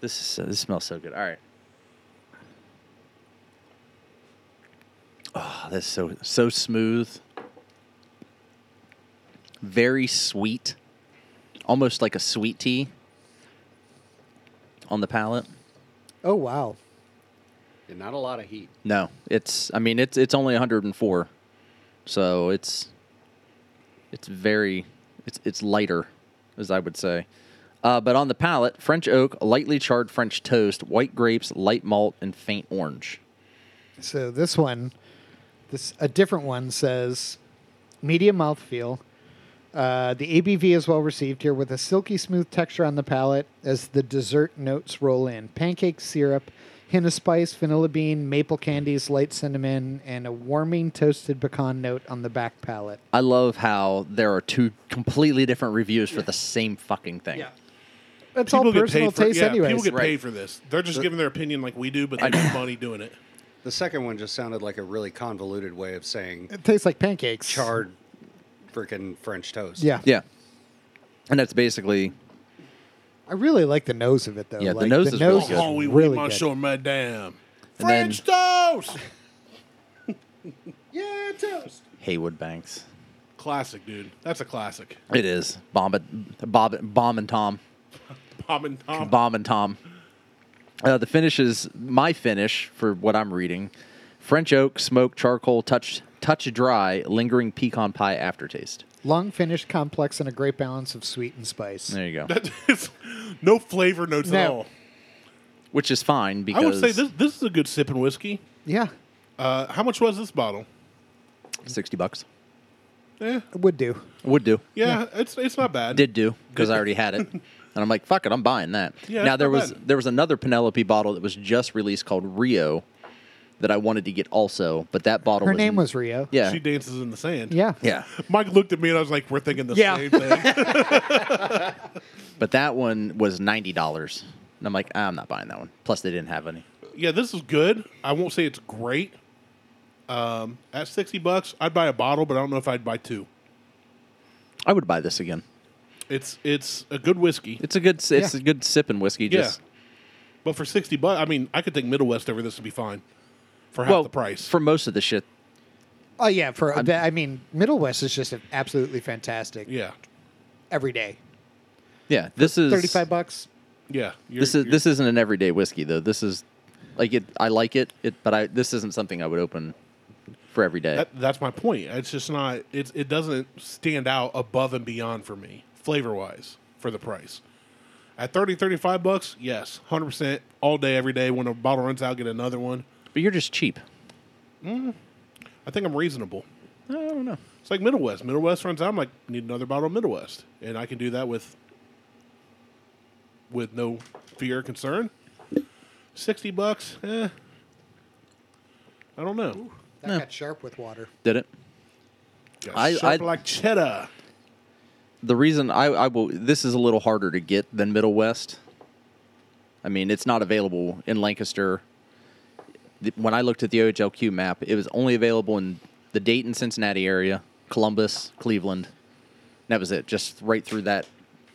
Speaker 1: this is so, this smells so good. All right. Oh, that's so so smooth. Very sweet. Almost like a sweet tea on the palate.
Speaker 4: Oh wow.
Speaker 3: And not a lot of heat.
Speaker 1: No, it's I mean it's it's only 104. So it's it's very it's it's lighter as I would say. Uh, but on the palate, French oak, lightly charred French toast, white grapes, light malt and faint orange.
Speaker 4: So this one, this a different one says, medium mouthfeel. Uh, the ABV is well received here with a silky smooth texture on the palate as the dessert notes roll in. Pancake syrup, henna spice, vanilla bean, maple candies, light cinnamon, and a warming toasted pecan note on the back palate.
Speaker 1: I love how there are two completely different reviews for the same fucking thing.
Speaker 4: That's all
Speaker 2: People get
Speaker 4: personal
Speaker 2: paid for
Speaker 4: taste,
Speaker 2: yeah,
Speaker 4: anyways.
Speaker 2: People get
Speaker 1: Right.
Speaker 2: paid for this. They're just giving their opinion like we do, but they make money doing it.
Speaker 3: The second one just sounded like a really convoluted way of saying
Speaker 4: it tastes like pancakes.
Speaker 3: charred freaking French toast.
Speaker 4: Yeah.
Speaker 1: Yeah. And that's basically
Speaker 4: I really like the nose of it though.
Speaker 1: Yeah, the
Speaker 4: Like,
Speaker 1: nose is really good.
Speaker 2: Oh, we
Speaker 4: really
Speaker 2: really
Speaker 4: good.
Speaker 2: Monsieur Madame.
Speaker 1: And then-
Speaker 2: French toast.
Speaker 3: Yeah, toast.
Speaker 1: Haywood Banks.
Speaker 2: Classic, dude. That's a classic.
Speaker 1: It is. Bomb, and- Bob, Bomb and Tom.
Speaker 2: Bob and Tom.
Speaker 1: Bomb and Tom. Uh, the finish is my finish for what I'm reading. French oak, smoke, charcoal, touch, touch dry, lingering pecan pie aftertaste.
Speaker 4: Long finished, complex, and a great balance of sweet and spice.
Speaker 1: There you go.
Speaker 2: That is no flavor notes at
Speaker 4: No.
Speaker 2: all.
Speaker 1: Which is fine because
Speaker 2: I would say this this is a good sipping whiskey.
Speaker 4: Yeah,
Speaker 2: Uh, how much was this bottle?
Speaker 1: sixty bucks
Speaker 2: Eh,
Speaker 4: it would do.
Speaker 1: would do.
Speaker 2: yeah, it's it's not bad.
Speaker 1: did do because I already had it, and I'm like, fuck it, I'm buying that.
Speaker 2: Yeah,
Speaker 1: now
Speaker 2: it's
Speaker 1: there
Speaker 2: not
Speaker 1: was
Speaker 2: bad.
Speaker 1: there was another Penelope bottle that was just released called Rio, that I wanted to get also, but that bottle.
Speaker 4: Her name was Rio.
Speaker 1: Oh, Yeah.
Speaker 2: She dances in the sand.
Speaker 4: Yeah.
Speaker 1: yeah,
Speaker 2: Mike looked at me and I was like, "We're thinking the
Speaker 4: Yeah.
Speaker 2: same thing."
Speaker 1: but that one was ninety dollars, and I'm like, "Ah, I'm not buying that one. Plus, they didn't have any.
Speaker 2: yeah, this is good. I won't say it's great. Um, at sixty bucks, I'd buy a bottle, but I don't know if I'd buy two.
Speaker 1: I would buy this again.
Speaker 2: It's it's a good whiskey,
Speaker 1: It's a good it's
Speaker 4: Yeah.
Speaker 1: a good sipping whiskey.
Speaker 2: Yeah.
Speaker 1: Just
Speaker 2: but for sixty bucks, I mean, I could take Middle West over this would be fine for half
Speaker 1: well,
Speaker 2: the price.
Speaker 1: for most of the shit.
Speaker 4: Oh yeah. For I mean, Middle West is just absolutely fantastic.
Speaker 2: yeah,
Speaker 4: Every day.
Speaker 1: Yeah, this is
Speaker 4: Thirty-five bucks.
Speaker 2: yeah. You're-
Speaker 1: This is
Speaker 2: you're-
Speaker 1: this isn't an everyday whiskey though. This is like it. I like it. It, but I this isn't something I would open for every day.
Speaker 2: That, that's my point. It's just not. It's it doesn't stand out above and beyond for me, flavor wise, for the price. At 30, 35 bucks, yes, hundred percent, all day, every day. When a bottle runs out, get another one.
Speaker 1: but you're just cheap.
Speaker 2: I think I'm reasonable.
Speaker 1: I don't know.
Speaker 2: It's like Middle West. Middle West runs out. I'm like, need another bottle of Middle West, and I can do that with with no fear or concern. Sixty bucks, eh? I don't know.
Speaker 4: That got sharp with water.
Speaker 1: Did it?
Speaker 2: Got
Speaker 1: I-
Speaker 2: sharp
Speaker 1: I-
Speaker 2: like cheddar.
Speaker 1: the reason I, I will this is a little harder to get than Middle West. I mean, it's not available in Lancaster. The- When I looked at the OHLQ map, it was only available in the Dayton, Cincinnati area, Columbus, Cleveland. And that was it. Just right through that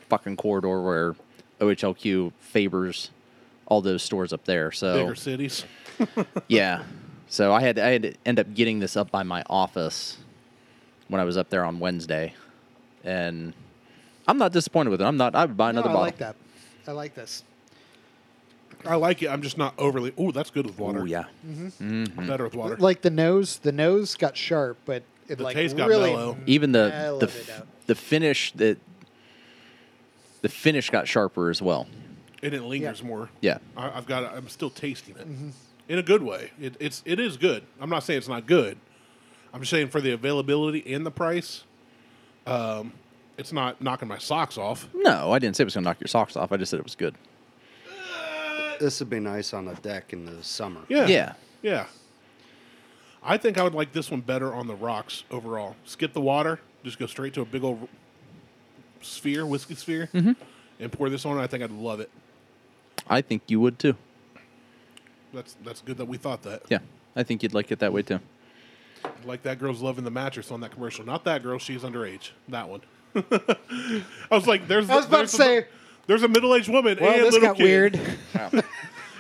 Speaker 1: fucking corridor where OHLQ favors all those stores up there. So
Speaker 2: Bigger cities.
Speaker 1: yeah. So I had I had to end up getting this up by my office when I was up there on Wednesday, and I'm not disappointed with it. I'm not. I would buy another
Speaker 4: no,
Speaker 1: bottle.
Speaker 4: Oh, I like that. I like this.
Speaker 2: I like it. I'm just not overly. Oh, that's good with water.
Speaker 1: Oh yeah.
Speaker 4: Mm-hmm.
Speaker 1: Mm-hmm.
Speaker 2: better with water.
Speaker 4: Like the nose. The nose got sharp, but it
Speaker 2: The
Speaker 4: like
Speaker 2: taste got
Speaker 4: really.
Speaker 2: mellow.
Speaker 1: Even the
Speaker 4: Mellowed
Speaker 1: the
Speaker 4: it
Speaker 1: f-
Speaker 4: out.
Speaker 1: the finish that the finish got sharper as well.
Speaker 2: and it lingers more.
Speaker 1: Yeah.
Speaker 2: I, I've got. I'm still tasting it in a good way. It, it's it is good. I'm not saying it's not good. I'm just saying for the availability and the price, um, it's not knocking my socks off.
Speaker 1: No, I didn't say it was gonna knock your socks off. I just said it was good.
Speaker 3: This would be nice on a deck in the summer.
Speaker 2: Yeah.
Speaker 1: Yeah.
Speaker 2: Yeah. I think I would like this one better on the rocks overall. Skip the water. Just go straight to a big old sphere, whiskey sphere,
Speaker 1: Mm-hmm.
Speaker 2: and pour this on. I think I'd love it.
Speaker 1: I think you would too.
Speaker 2: That's that's good that we thought that.
Speaker 1: Yeah, I think you'd like it that way too.
Speaker 2: Like that girl's loving the mattress on that commercial. Not that girl. She's underage. That one. I was like, there's.
Speaker 4: I was about
Speaker 2: there's
Speaker 4: to say-
Speaker 2: A, there's a middle-aged woman
Speaker 4: Well,
Speaker 2: and
Speaker 4: this
Speaker 2: little
Speaker 4: got
Speaker 2: kid.
Speaker 4: weird.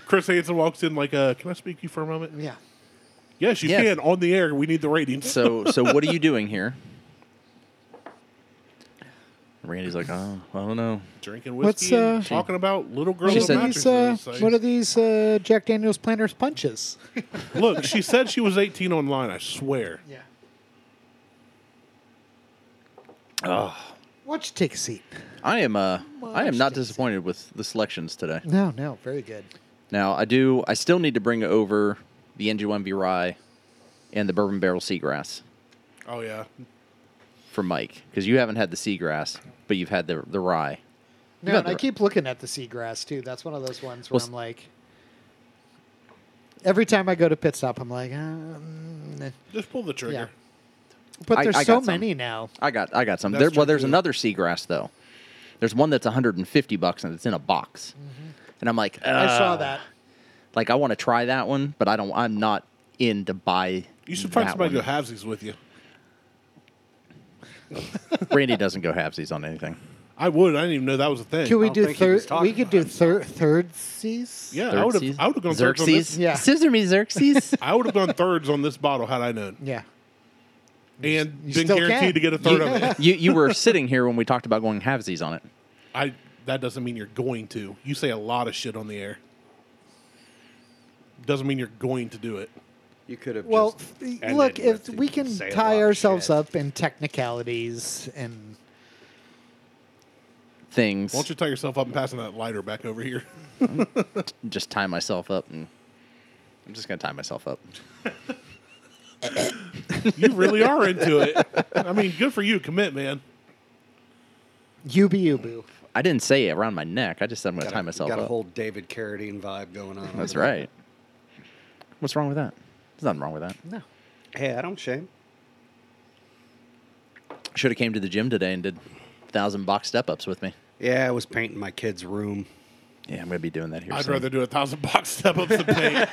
Speaker 2: Chris Hansen walks in like, uh, "Can I speak to you for a moment?"
Speaker 4: yeah.
Speaker 2: Yes, you
Speaker 1: Yes.
Speaker 2: can on the air. We need the ratings.
Speaker 1: So, so what are you doing here? Randy's like, oh, I don't know.
Speaker 2: Drinking
Speaker 4: What's,
Speaker 2: whiskey, and
Speaker 4: uh,
Speaker 2: talking about little girls.
Speaker 4: What
Speaker 1: She
Speaker 2: on
Speaker 1: said-
Speaker 4: are, these,
Speaker 2: mattresses.
Speaker 4: uh,
Speaker 2: It's-
Speaker 4: what are these uh, Jack Daniels Planters punches?
Speaker 2: Look, she said she was 18 online. I swear.
Speaker 4: Yeah. Why don't you take a seat?
Speaker 1: I am uh, I am not
Speaker 4: Monsters.
Speaker 1: disappointed with the selections today.
Speaker 4: No, no, very good.
Speaker 1: Now I do. I still need to bring over the NG1V rye and the bourbon barrel seagrass
Speaker 2: Oh yeah.
Speaker 1: for Mike because you haven't had the seagrass, but you've had the the rye.
Speaker 4: No,
Speaker 1: got
Speaker 4: and
Speaker 1: the
Speaker 4: I
Speaker 1: right-
Speaker 4: keep looking at the seagrass too. That's one of those ones where
Speaker 1: Well, s-
Speaker 4: I'm like, every time I go to pit stop, I'm like, "Uh, um,
Speaker 2: Just pull the trigger.
Speaker 4: but
Speaker 1: I-
Speaker 4: there's
Speaker 1: I
Speaker 4: so
Speaker 1: got some.
Speaker 4: many now.
Speaker 1: I got I got some.
Speaker 2: That's
Speaker 1: There, well,
Speaker 2: true,
Speaker 1: there's
Speaker 2: too.
Speaker 1: another seagrass though. There's one that's 150 bucks and it's in a box,
Speaker 2: Mm-hmm.
Speaker 1: and I'm like,
Speaker 3: Uh,
Speaker 4: I saw
Speaker 1: "Ugh."
Speaker 4: that.
Speaker 1: Like I want to try that one, but I don't. I'm not in to buy.
Speaker 2: You should find
Speaker 1: that
Speaker 2: somebody
Speaker 1: one.
Speaker 2: who has these with you.
Speaker 1: Randy doesn't go halfsies on anything.
Speaker 2: I would. I didn't even know that was a thing.
Speaker 4: Could we
Speaker 3: don't
Speaker 4: do
Speaker 3: think he
Speaker 4: third?
Speaker 3: was talking
Speaker 4: We could
Speaker 3: about
Speaker 4: do
Speaker 3: it.
Speaker 4: third third seas.
Speaker 2: yeah, I would
Speaker 1: Xerxes?
Speaker 2: have. I would have gone thirds on
Speaker 1: Xerxes.
Speaker 2: this.
Speaker 4: Yeah.
Speaker 1: Scissor me, Xerxes.
Speaker 2: I would have gone thirds on this bottle had I known,
Speaker 4: yeah.
Speaker 2: and
Speaker 4: you
Speaker 2: been
Speaker 4: still
Speaker 2: guaranteed
Speaker 4: can.
Speaker 2: to get a third of it.
Speaker 1: you you were sitting here when we talked about going halfsies on it.
Speaker 2: I. That doesn't mean you're going to. You say a lot of shit on the air. Doesn't mean you're going to do it.
Speaker 3: You could have.
Speaker 4: Well,
Speaker 3: just
Speaker 4: f-
Speaker 3: ended
Speaker 4: look, if
Speaker 3: with,
Speaker 4: we
Speaker 3: "You
Speaker 4: can
Speaker 3: say a lot
Speaker 4: tie
Speaker 3: of
Speaker 4: ourselves
Speaker 3: shit."
Speaker 4: up in technicalities and
Speaker 1: Things.
Speaker 2: Why don't you tie yourself up and passing that lighter back over here?
Speaker 1: just tie myself up and I'm just gonna tie myself up.
Speaker 2: You really are into it. I mean, good for you. Commit, man.
Speaker 4: yubi yubu.
Speaker 1: I didn't say it around my neck. I just said I'm gonna
Speaker 3: Got
Speaker 1: tie
Speaker 3: a-
Speaker 1: myself
Speaker 3: Got a
Speaker 1: up.
Speaker 3: whole David Carradine vibe going on.
Speaker 1: That's
Speaker 3: over there.
Speaker 1: right. What's wrong with that? There's nothing wrong with that.
Speaker 4: No.
Speaker 3: Hey, I don't shame.
Speaker 1: Should have came to the gym today and did thousand box step ups with me.
Speaker 3: Yeah, I was painting my kid's room.
Speaker 1: Yeah, I'm gonna be doing that here.
Speaker 2: I'd
Speaker 1: soon.
Speaker 2: rather do a thousand box step ups than paint.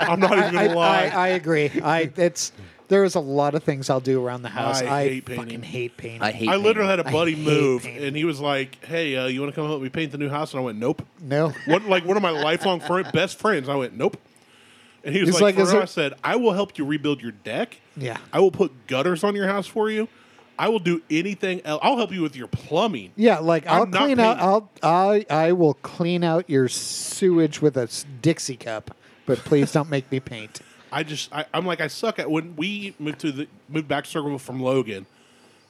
Speaker 2: I'm not even
Speaker 4: I,
Speaker 2: gonna
Speaker 4: I,
Speaker 2: lie.
Speaker 4: I agree. I it's there is a lot of things I'll do around the house.
Speaker 2: I
Speaker 4: I,
Speaker 2: hate painting.
Speaker 4: fucking hate painting.
Speaker 1: I hate.
Speaker 2: I literally had a
Speaker 4: I
Speaker 2: buddy
Speaker 4: hate
Speaker 2: move,
Speaker 4: painting.
Speaker 2: and he was like, "Hey, uh, you want to come help me paint the new house?" And I went, "Nope."
Speaker 4: no.
Speaker 2: What like one of my lifelong friend, best friends? I went, "Nope." And he was
Speaker 4: He's
Speaker 2: like,
Speaker 4: like, "Is
Speaker 2: "Ferrara,"
Speaker 4: there-
Speaker 2: I said, "I will help you rebuild your deck.
Speaker 4: Yeah.
Speaker 2: I will put gutters on your house for you. I will do anything. Else. I'll help you with your plumbing.
Speaker 4: Yeah, like
Speaker 2: I'm
Speaker 4: I'll
Speaker 2: not
Speaker 4: clean out.
Speaker 2: painting.
Speaker 4: I'll I I will clean out your sewage with a s- Dixie cup, but please don't make me paint.
Speaker 2: I just I, I'm like I suck at when we moved to the moved back to Circle from Logan.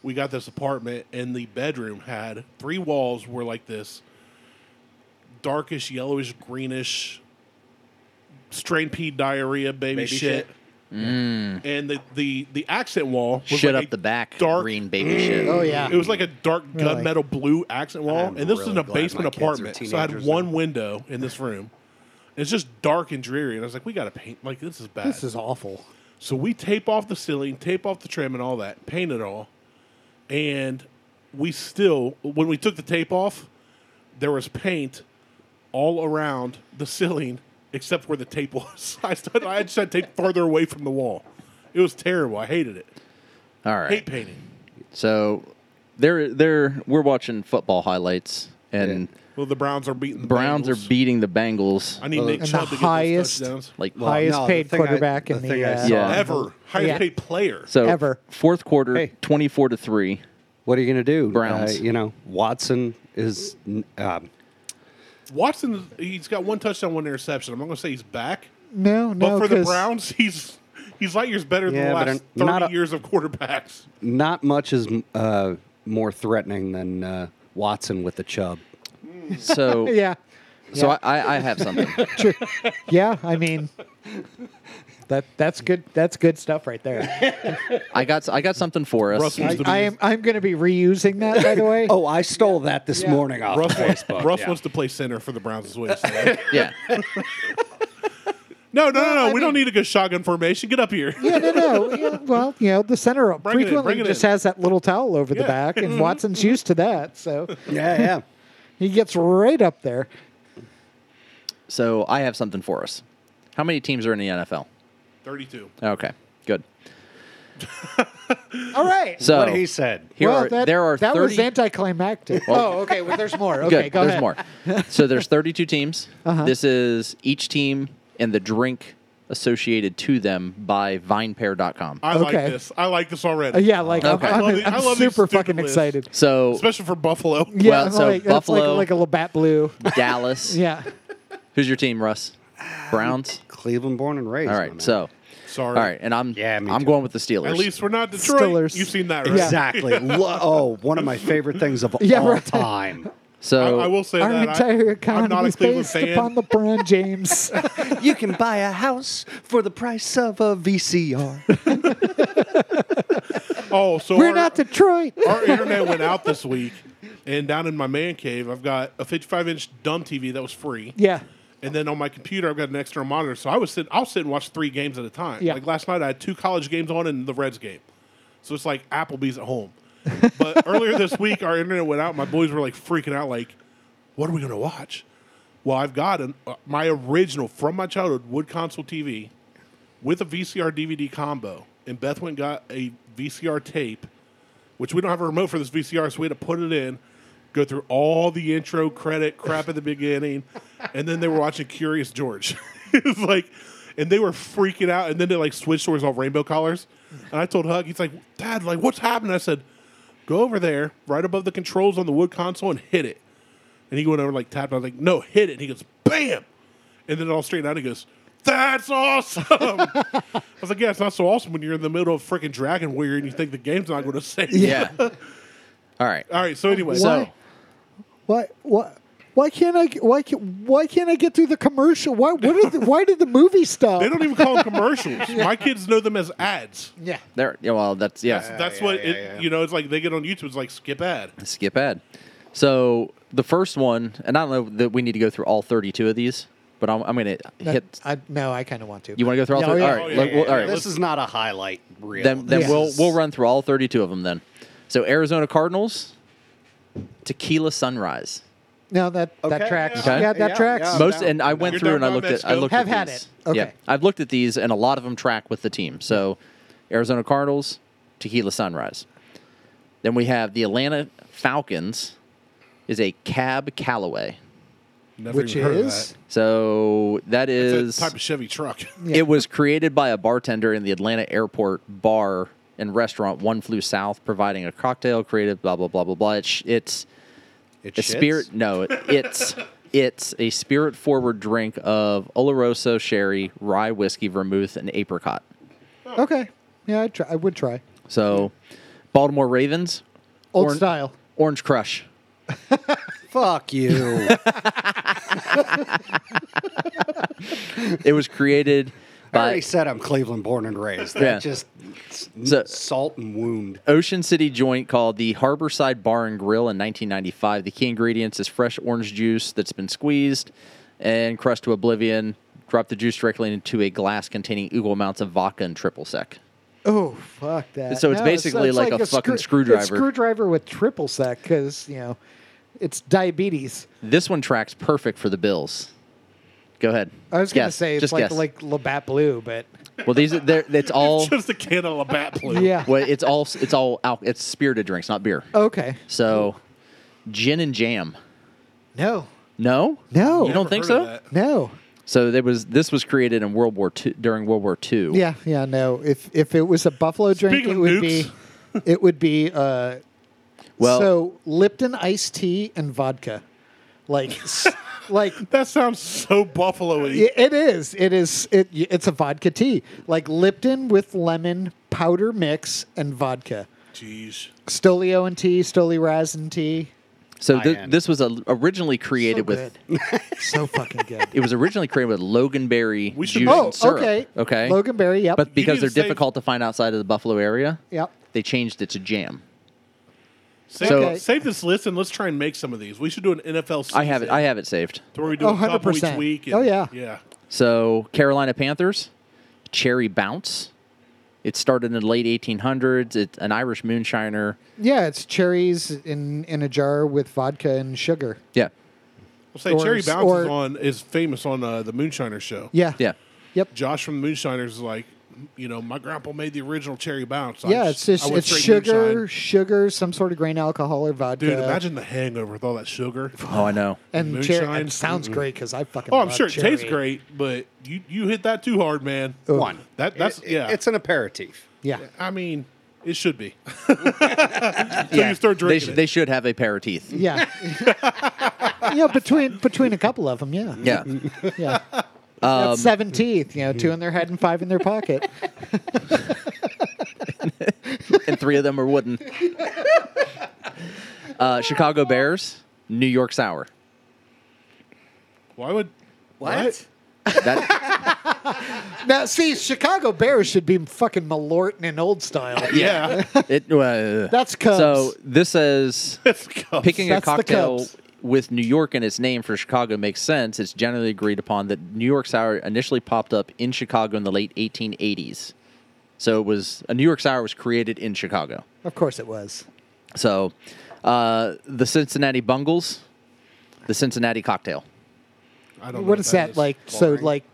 Speaker 2: We got this apartment and the bedroom had three walls were like this darkish, yellowish, greenish, strain pea diarrhea baby,
Speaker 3: Baby
Speaker 2: shit.
Speaker 3: shit. Mm.
Speaker 2: And the, the the accent wall was
Speaker 1: shit
Speaker 2: like
Speaker 1: up
Speaker 2: a
Speaker 1: the back.
Speaker 2: dark. Mm.
Speaker 1: green baby shit.
Speaker 4: Oh yeah,
Speaker 2: It was like a dark
Speaker 4: Really?
Speaker 2: gunmetal blue accent wall,
Speaker 3: I'm
Speaker 2: and this was
Speaker 3: really
Speaker 2: in a
Speaker 3: glad my
Speaker 2: basement
Speaker 3: kids are
Speaker 2: apartment, so I had
Speaker 3: teenagers
Speaker 2: one
Speaker 3: now.
Speaker 2: window in this room. It's just dark and dreary, and I was like, "We got to paint. Like this is bad.
Speaker 4: this is awful.
Speaker 2: So we tape off the ceiling, tape off the trim and all that, paint it all. And we still, when we took the tape off, there was paint all around the ceiling except where the tape was. I, stood, I just had tape farther away from the wall. It was terrible. I hated it.
Speaker 1: All right.
Speaker 2: Hate painting.
Speaker 1: So there, there, we're watching football highlights, and
Speaker 2: Well, the Browns are beating the
Speaker 1: Browns
Speaker 2: Bengals.
Speaker 1: are beating the Bengals.
Speaker 2: I need Nick
Speaker 4: And
Speaker 2: Chubb
Speaker 4: the
Speaker 2: to get
Speaker 4: highest-
Speaker 2: those touchdowns.
Speaker 1: like
Speaker 4: Highest
Speaker 3: no, the
Speaker 4: Oh, paid
Speaker 3: thing I-
Speaker 4: quarterback
Speaker 3: the
Speaker 4: in the,
Speaker 3: thing I
Speaker 4: uh,
Speaker 3: saw-
Speaker 1: Yeah.
Speaker 2: Ever. Highest
Speaker 4: Yeah.
Speaker 2: paid player.
Speaker 1: So
Speaker 4: Ever.
Speaker 1: fourth quarter,
Speaker 3: Hey.
Speaker 1: twenty four to three.
Speaker 3: What are you going to do?
Speaker 1: Browns.
Speaker 3: Uh, you know, Watson is. n- Um,
Speaker 2: Watson, he's got one touchdown, one interception. I'm not going to say he's back.
Speaker 4: No,
Speaker 2: But
Speaker 4: no.
Speaker 2: for the
Speaker 4: 'cause-
Speaker 2: Browns, he's he's light years better
Speaker 3: Yeah, but
Speaker 2: than the last
Speaker 3: I'm not
Speaker 2: thirty
Speaker 3: a-
Speaker 2: years of quarterbacks.
Speaker 3: not much is uh, more threatening than uh, Watson with the chub.
Speaker 1: So
Speaker 4: yeah,
Speaker 1: So
Speaker 4: Yeah.
Speaker 1: I, I, I have something.
Speaker 4: True. yeah. I mean, that that's good. That's good stuff right there.
Speaker 1: I got I got something for us.
Speaker 2: Russell's
Speaker 4: I,
Speaker 2: the
Speaker 4: I am I'm going to be reusing that by the way.
Speaker 3: Oh, I stole that this
Speaker 4: Yeah.
Speaker 3: morning off
Speaker 2: Russ, wants,
Speaker 3: Facebook.
Speaker 2: Russ
Speaker 3: yeah.
Speaker 2: wants to play center for the Browns. Is what he's saying.
Speaker 1: Yeah.
Speaker 2: No, no, no, no.
Speaker 4: I
Speaker 2: we don't
Speaker 4: mean-
Speaker 2: need to go shotgun formation. Get up here.
Speaker 4: Yeah, no, no. Yeah, well, you know, the center
Speaker 2: it in,
Speaker 4: frequently
Speaker 2: bring it
Speaker 4: just
Speaker 2: in.
Speaker 4: has that little towel over the
Speaker 2: Yeah. Mm-hmm.
Speaker 4: back, and Watson's used to that, so
Speaker 3: Yeah, yeah.
Speaker 4: he gets right up there.
Speaker 1: So I have something for us. How many teams are in the NFL?
Speaker 2: Thirty-two.
Speaker 1: Okay. Good.
Speaker 4: All right.
Speaker 1: So
Speaker 3: What he said.
Speaker 1: here
Speaker 4: well,
Speaker 1: are
Speaker 4: that,
Speaker 1: there are
Speaker 4: that
Speaker 1: thirty.
Speaker 4: was anticlimactic. oh, okay. Well, there's more.
Speaker 1: good.
Speaker 4: Okay, go
Speaker 1: there's
Speaker 4: ahead. Uh-huh.
Speaker 1: more. So there's thirty two teams. This is each team and the drink associated to them by vinepair.com.
Speaker 2: I
Speaker 4: Okay.
Speaker 2: like this. I like this already.
Speaker 4: Uh, yeah, like
Speaker 1: Okay.
Speaker 4: I'm,
Speaker 1: I
Speaker 2: love
Speaker 4: I'm,
Speaker 2: the-
Speaker 4: I'm
Speaker 2: I love these
Speaker 4: super
Speaker 2: stupid
Speaker 4: fucking
Speaker 2: lists.
Speaker 4: excited.
Speaker 1: So
Speaker 2: especially for Buffalo.
Speaker 4: Yeah,
Speaker 1: Well,
Speaker 4: I'm
Speaker 1: so
Speaker 4: like, that's like,
Speaker 1: Buffalo-
Speaker 4: like a Labatt Blue.
Speaker 1: Dallas.
Speaker 4: yeah,
Speaker 1: Who's your team, Russ? Browns.
Speaker 3: Cleveland born and raised.
Speaker 1: All
Speaker 3: my man.
Speaker 1: right. So
Speaker 2: Sorry.
Speaker 1: all right, and I'm
Speaker 3: Yeah, me
Speaker 1: I'm
Speaker 3: too.
Speaker 1: going with the Steelers.
Speaker 2: At least we're not Detroit.
Speaker 4: Steelers.
Speaker 2: You've seen that, right?
Speaker 4: Yeah.
Speaker 3: Exactly. Lo- oh, one of my favorite things of
Speaker 4: Yeah,
Speaker 3: all
Speaker 4: right.
Speaker 3: time.
Speaker 2: I,
Speaker 1: so
Speaker 2: I will say
Speaker 4: our
Speaker 2: that
Speaker 4: entire
Speaker 2: I, I'm
Speaker 4: economy
Speaker 2: not a
Speaker 4: is
Speaker 2: Cleveland
Speaker 4: based
Speaker 2: fan.
Speaker 4: upon LeBron James.
Speaker 3: You can buy a house for the price of a VCR.
Speaker 2: oh, so
Speaker 4: We're
Speaker 2: our-
Speaker 4: not Detroit.
Speaker 2: our internet went out this week, and down in my man cave, I've got a 55 inch dumb TV that was free.
Speaker 4: Yeah,
Speaker 2: And then on my computer, I've got an external monitor, so I was sit. I'll sit and watch three games at a time.
Speaker 4: Yeah.
Speaker 2: Like last night, I had two college games on and the Reds game, so it's like Applebee's at home. But earlier this week, our internet went out. My boys were like freaking out, like, "What are we gonna watch?" Well, I've got an, uh, my original from my childhood wood console TV with a VCR DVD combo, and Beth went and got a VCR tape, which we don't have a remote for this VCR, so we had to put it in, go through all the intro credit crap at the beginning, and then they were watching Curious George. it was like, and they were freaking out, and then they like switched towards all rainbow colors, and I told Hug, he's like, Dad, like what's happening? I said, Go over there, right above the controls on the wood console, and hit it. And he went over like tapped. I was like, no, hit it. And he goes, bam. And then it all straightened out. And he goes, that's awesome. I was like, yeah, it's not so awesome when you're in the middle of freaking Dragon Warrior and you think the game's not going to save. you.
Speaker 1: yeah. all right.
Speaker 2: All right. So
Speaker 4: Oh,
Speaker 2: anyway,
Speaker 1: So
Speaker 4: why, why, why can't I? Why can Why can't I get through the commercial? Why? What? Are the, why did the movie stop?
Speaker 2: they don't even call them commercials. My kids know them as ads.
Speaker 4: yeah.
Speaker 1: there. Yeah. Well, that's yeah.
Speaker 2: That's
Speaker 3: yeah,
Speaker 2: what
Speaker 3: yeah,
Speaker 2: it,
Speaker 3: yeah.
Speaker 2: you know. It's like they get on YouTube. It's like skip ad.
Speaker 1: Skip ad. So the first one, and I don't know that we need to go through all 32 of these, but I'm, I'm going to
Speaker 4: No,
Speaker 1: hit.
Speaker 4: I, no, I kind of want to.
Speaker 1: You want to go through all?
Speaker 4: Yeah,
Speaker 1: 32?
Speaker 4: oh, yeah.
Speaker 1: All right.
Speaker 2: Oh, yeah,
Speaker 1: let-
Speaker 2: yeah,
Speaker 1: well, all
Speaker 2: yeah.
Speaker 1: right.
Speaker 3: This is not a highlight reel.
Speaker 1: Then, then
Speaker 4: Yeah.
Speaker 1: we'll
Speaker 4: Yes.
Speaker 1: we'll run through all 32 of them then. So Arizona Cardinals, Tequila Sunrise.
Speaker 4: No, that that
Speaker 3: Okay.
Speaker 4: tracks.
Speaker 1: Okay.
Speaker 4: Yeah, that
Speaker 3: Yeah,
Speaker 4: tracks.
Speaker 3: yeah.
Speaker 1: Most
Speaker 3: down.
Speaker 1: and I
Speaker 2: I'm
Speaker 1: went
Speaker 2: down.
Speaker 1: through
Speaker 2: Oh, You're
Speaker 1: and I
Speaker 2: down,
Speaker 1: looked at I
Speaker 2: Mexico.
Speaker 1: looked
Speaker 4: Have
Speaker 1: at
Speaker 4: had
Speaker 1: these.
Speaker 4: it. Okay.
Speaker 1: Yeah, I've looked at these and a lot of them track with the team. So Arizona Cardinals, Tequila Sunrise. Then we have the Atlanta Falcons is a Cab Calloway.
Speaker 2: Never
Speaker 4: Which
Speaker 2: even heard of
Speaker 4: is
Speaker 2: that.
Speaker 1: So that
Speaker 2: It's a
Speaker 1: is
Speaker 2: type of Chevy truck.
Speaker 4: Yeah.
Speaker 1: It was created by a bartender in the Atlanta airport bar and restaurant One Flew South, providing a cocktail created blah blah blah blah blah. It's it's
Speaker 3: It
Speaker 1: a
Speaker 3: shits.
Speaker 1: spirit. No, it, it's it's a spirit forward drink of Oloroso sherry, rye whiskey, vermouth, and apricot.
Speaker 4: okay. Yeah, I try. I would try.
Speaker 1: So, Baltimore Ravens,
Speaker 4: Old
Speaker 1: Oran-
Speaker 4: style.
Speaker 1: Orange Crush.
Speaker 3: Fuck you.
Speaker 1: It was created
Speaker 3: I already
Speaker 1: by
Speaker 3: said I'm Cleveland born and raised. That
Speaker 1: Yeah.
Speaker 3: just
Speaker 1: So-
Speaker 3: salt and wound.
Speaker 1: Ocean City joint called the Harborside Bar and Grill in 1995. The key ingredients is fresh orange juice that's been squeezed and crushed to oblivion. Drop the juice directly into a glass containing equal amounts of vodka and triple sec.
Speaker 4: Oh fuck that!
Speaker 1: So it's basically like a fucking screwdriver.
Speaker 4: it's screwdriver with triple sec because you know it's diabetes.
Speaker 1: This one tracks perfect for the Bills. Go ahead.
Speaker 4: I was gonna
Speaker 1: Guess.
Speaker 4: say it's
Speaker 1: Just
Speaker 4: like
Speaker 1: guess.
Speaker 4: like Labatt Blue, but
Speaker 1: well, these are- they're- it's all
Speaker 2: Just a can of bat blue.
Speaker 4: yeah.
Speaker 1: well, it's all it's all al- it's spirited drinks, not beer.
Speaker 4: Okay.
Speaker 1: So, gin and jam.
Speaker 4: No.
Speaker 1: No,
Speaker 4: No.
Speaker 1: you don't think
Speaker 2: Heard of
Speaker 1: so.
Speaker 2: that.
Speaker 4: No.
Speaker 1: So there was this was created in World War II during World War II.
Speaker 4: Yeah. Yeah. No. If if it was a buffalo drink,
Speaker 2: Speaking
Speaker 4: it
Speaker 2: of
Speaker 4: would
Speaker 2: nukes.
Speaker 4: be it would be uh,
Speaker 1: Well-
Speaker 4: so Lipton iced tea and vodka, like s- like
Speaker 2: That sounds so Buffalo.
Speaker 4: Y- It is. It is. It, y- it's a vodka tea, like Lipton with lemon powder mix and vodka.
Speaker 2: Jeez.
Speaker 4: Stolio and tea, Stoli Razin tea.
Speaker 1: So thi-
Speaker 3: High-end.
Speaker 1: this was a, originally created
Speaker 4: so
Speaker 1: with
Speaker 4: good. so fucking good.
Speaker 1: it was originally created with loganberry
Speaker 2: We should-
Speaker 1: juice
Speaker 4: Oh,
Speaker 1: and syrup.
Speaker 4: okay.
Speaker 1: Okay.
Speaker 4: Loganberry. Yep.
Speaker 1: but
Speaker 2: need
Speaker 1: because
Speaker 2: to
Speaker 1: they're
Speaker 2: save-
Speaker 1: difficult to find outside of the Buffalo area,
Speaker 4: yep.
Speaker 1: they changed it to jam.
Speaker 2: Save,
Speaker 1: So-
Speaker 2: save this list and let's try and make some of these. We should do an NFL. Season
Speaker 1: I have it. I have it saved.
Speaker 2: to where we do
Speaker 4: Oh,
Speaker 2: a couple
Speaker 4: 100%.
Speaker 2: each week.
Speaker 4: Oh, yeah.
Speaker 2: yeah.
Speaker 1: So Carolina Panthers, cherry bounce. It started in the late 1800s. It's an Irish moonshiner.
Speaker 4: Yeah, it's cherries in in a jar with vodka and sugar.
Speaker 1: Yeah.
Speaker 2: We'll say
Speaker 4: Or-
Speaker 2: Cherry Bounce
Speaker 4: or-
Speaker 2: is on is famous on uh, the Moonshiner show.
Speaker 4: Yeah.
Speaker 1: Yeah.
Speaker 4: Yep.
Speaker 2: Josh from the Moonshiners is like, you know, my grandpa made the original cherry bounce. I
Speaker 4: yeah,
Speaker 2: just-
Speaker 4: it's just
Speaker 2: I went
Speaker 4: it's
Speaker 2: straight
Speaker 4: sugar,
Speaker 2: moonshine.
Speaker 4: sugar, some sort of grain alcohol or vodka.
Speaker 2: Dude, imagine the hangover with all that sugar.
Speaker 1: Oh, I know.
Speaker 4: and cherry.
Speaker 2: moonshine.
Speaker 4: It sounds great because I fucking.
Speaker 2: Oh, I'm
Speaker 4: love
Speaker 2: sure it
Speaker 4: cherry.
Speaker 2: tastes great, but you you hit that too hard, man.
Speaker 4: Ugh.
Speaker 3: One.
Speaker 2: That- that's-
Speaker 3: It- it-
Speaker 2: yeah.
Speaker 3: It's an aperitif.
Speaker 4: Yeah,
Speaker 2: I mean, it should be. Until you
Speaker 1: They,
Speaker 2: start drinking
Speaker 1: sh-
Speaker 2: it.
Speaker 1: they should have a pair of teeth.
Speaker 4: yeah, yeah. Between between a couple of them, yeah,
Speaker 1: Yeah. Um,
Speaker 4: yeah. That's seven teeth, you know, two in their head and five in their pocket.
Speaker 1: and three of them are wooden. Uh, Chicago Bears, New York Sour.
Speaker 2: Why would
Speaker 3: What?
Speaker 1: That,
Speaker 4: Now, see, Chicago Bears should be fucking Malorton in old style.
Speaker 2: Yeah,
Speaker 1: it, uh,
Speaker 4: That's Cubs.
Speaker 1: So this says
Speaker 2: that's cuffs.
Speaker 1: picking
Speaker 4: That's
Speaker 1: a
Speaker 4: the
Speaker 1: cocktail
Speaker 4: Cubs.
Speaker 1: with New York in its name for Chicago makes sense. It's generally agreed upon that New York Sour initially popped up in Chicago in the late 1880s. So it was a New York Sour was created in Chicago.
Speaker 4: Of course it was.
Speaker 1: So uh, the Cincinnati Bungles, the Cincinnati cocktail.
Speaker 2: I don't know
Speaker 4: What is that, like? So like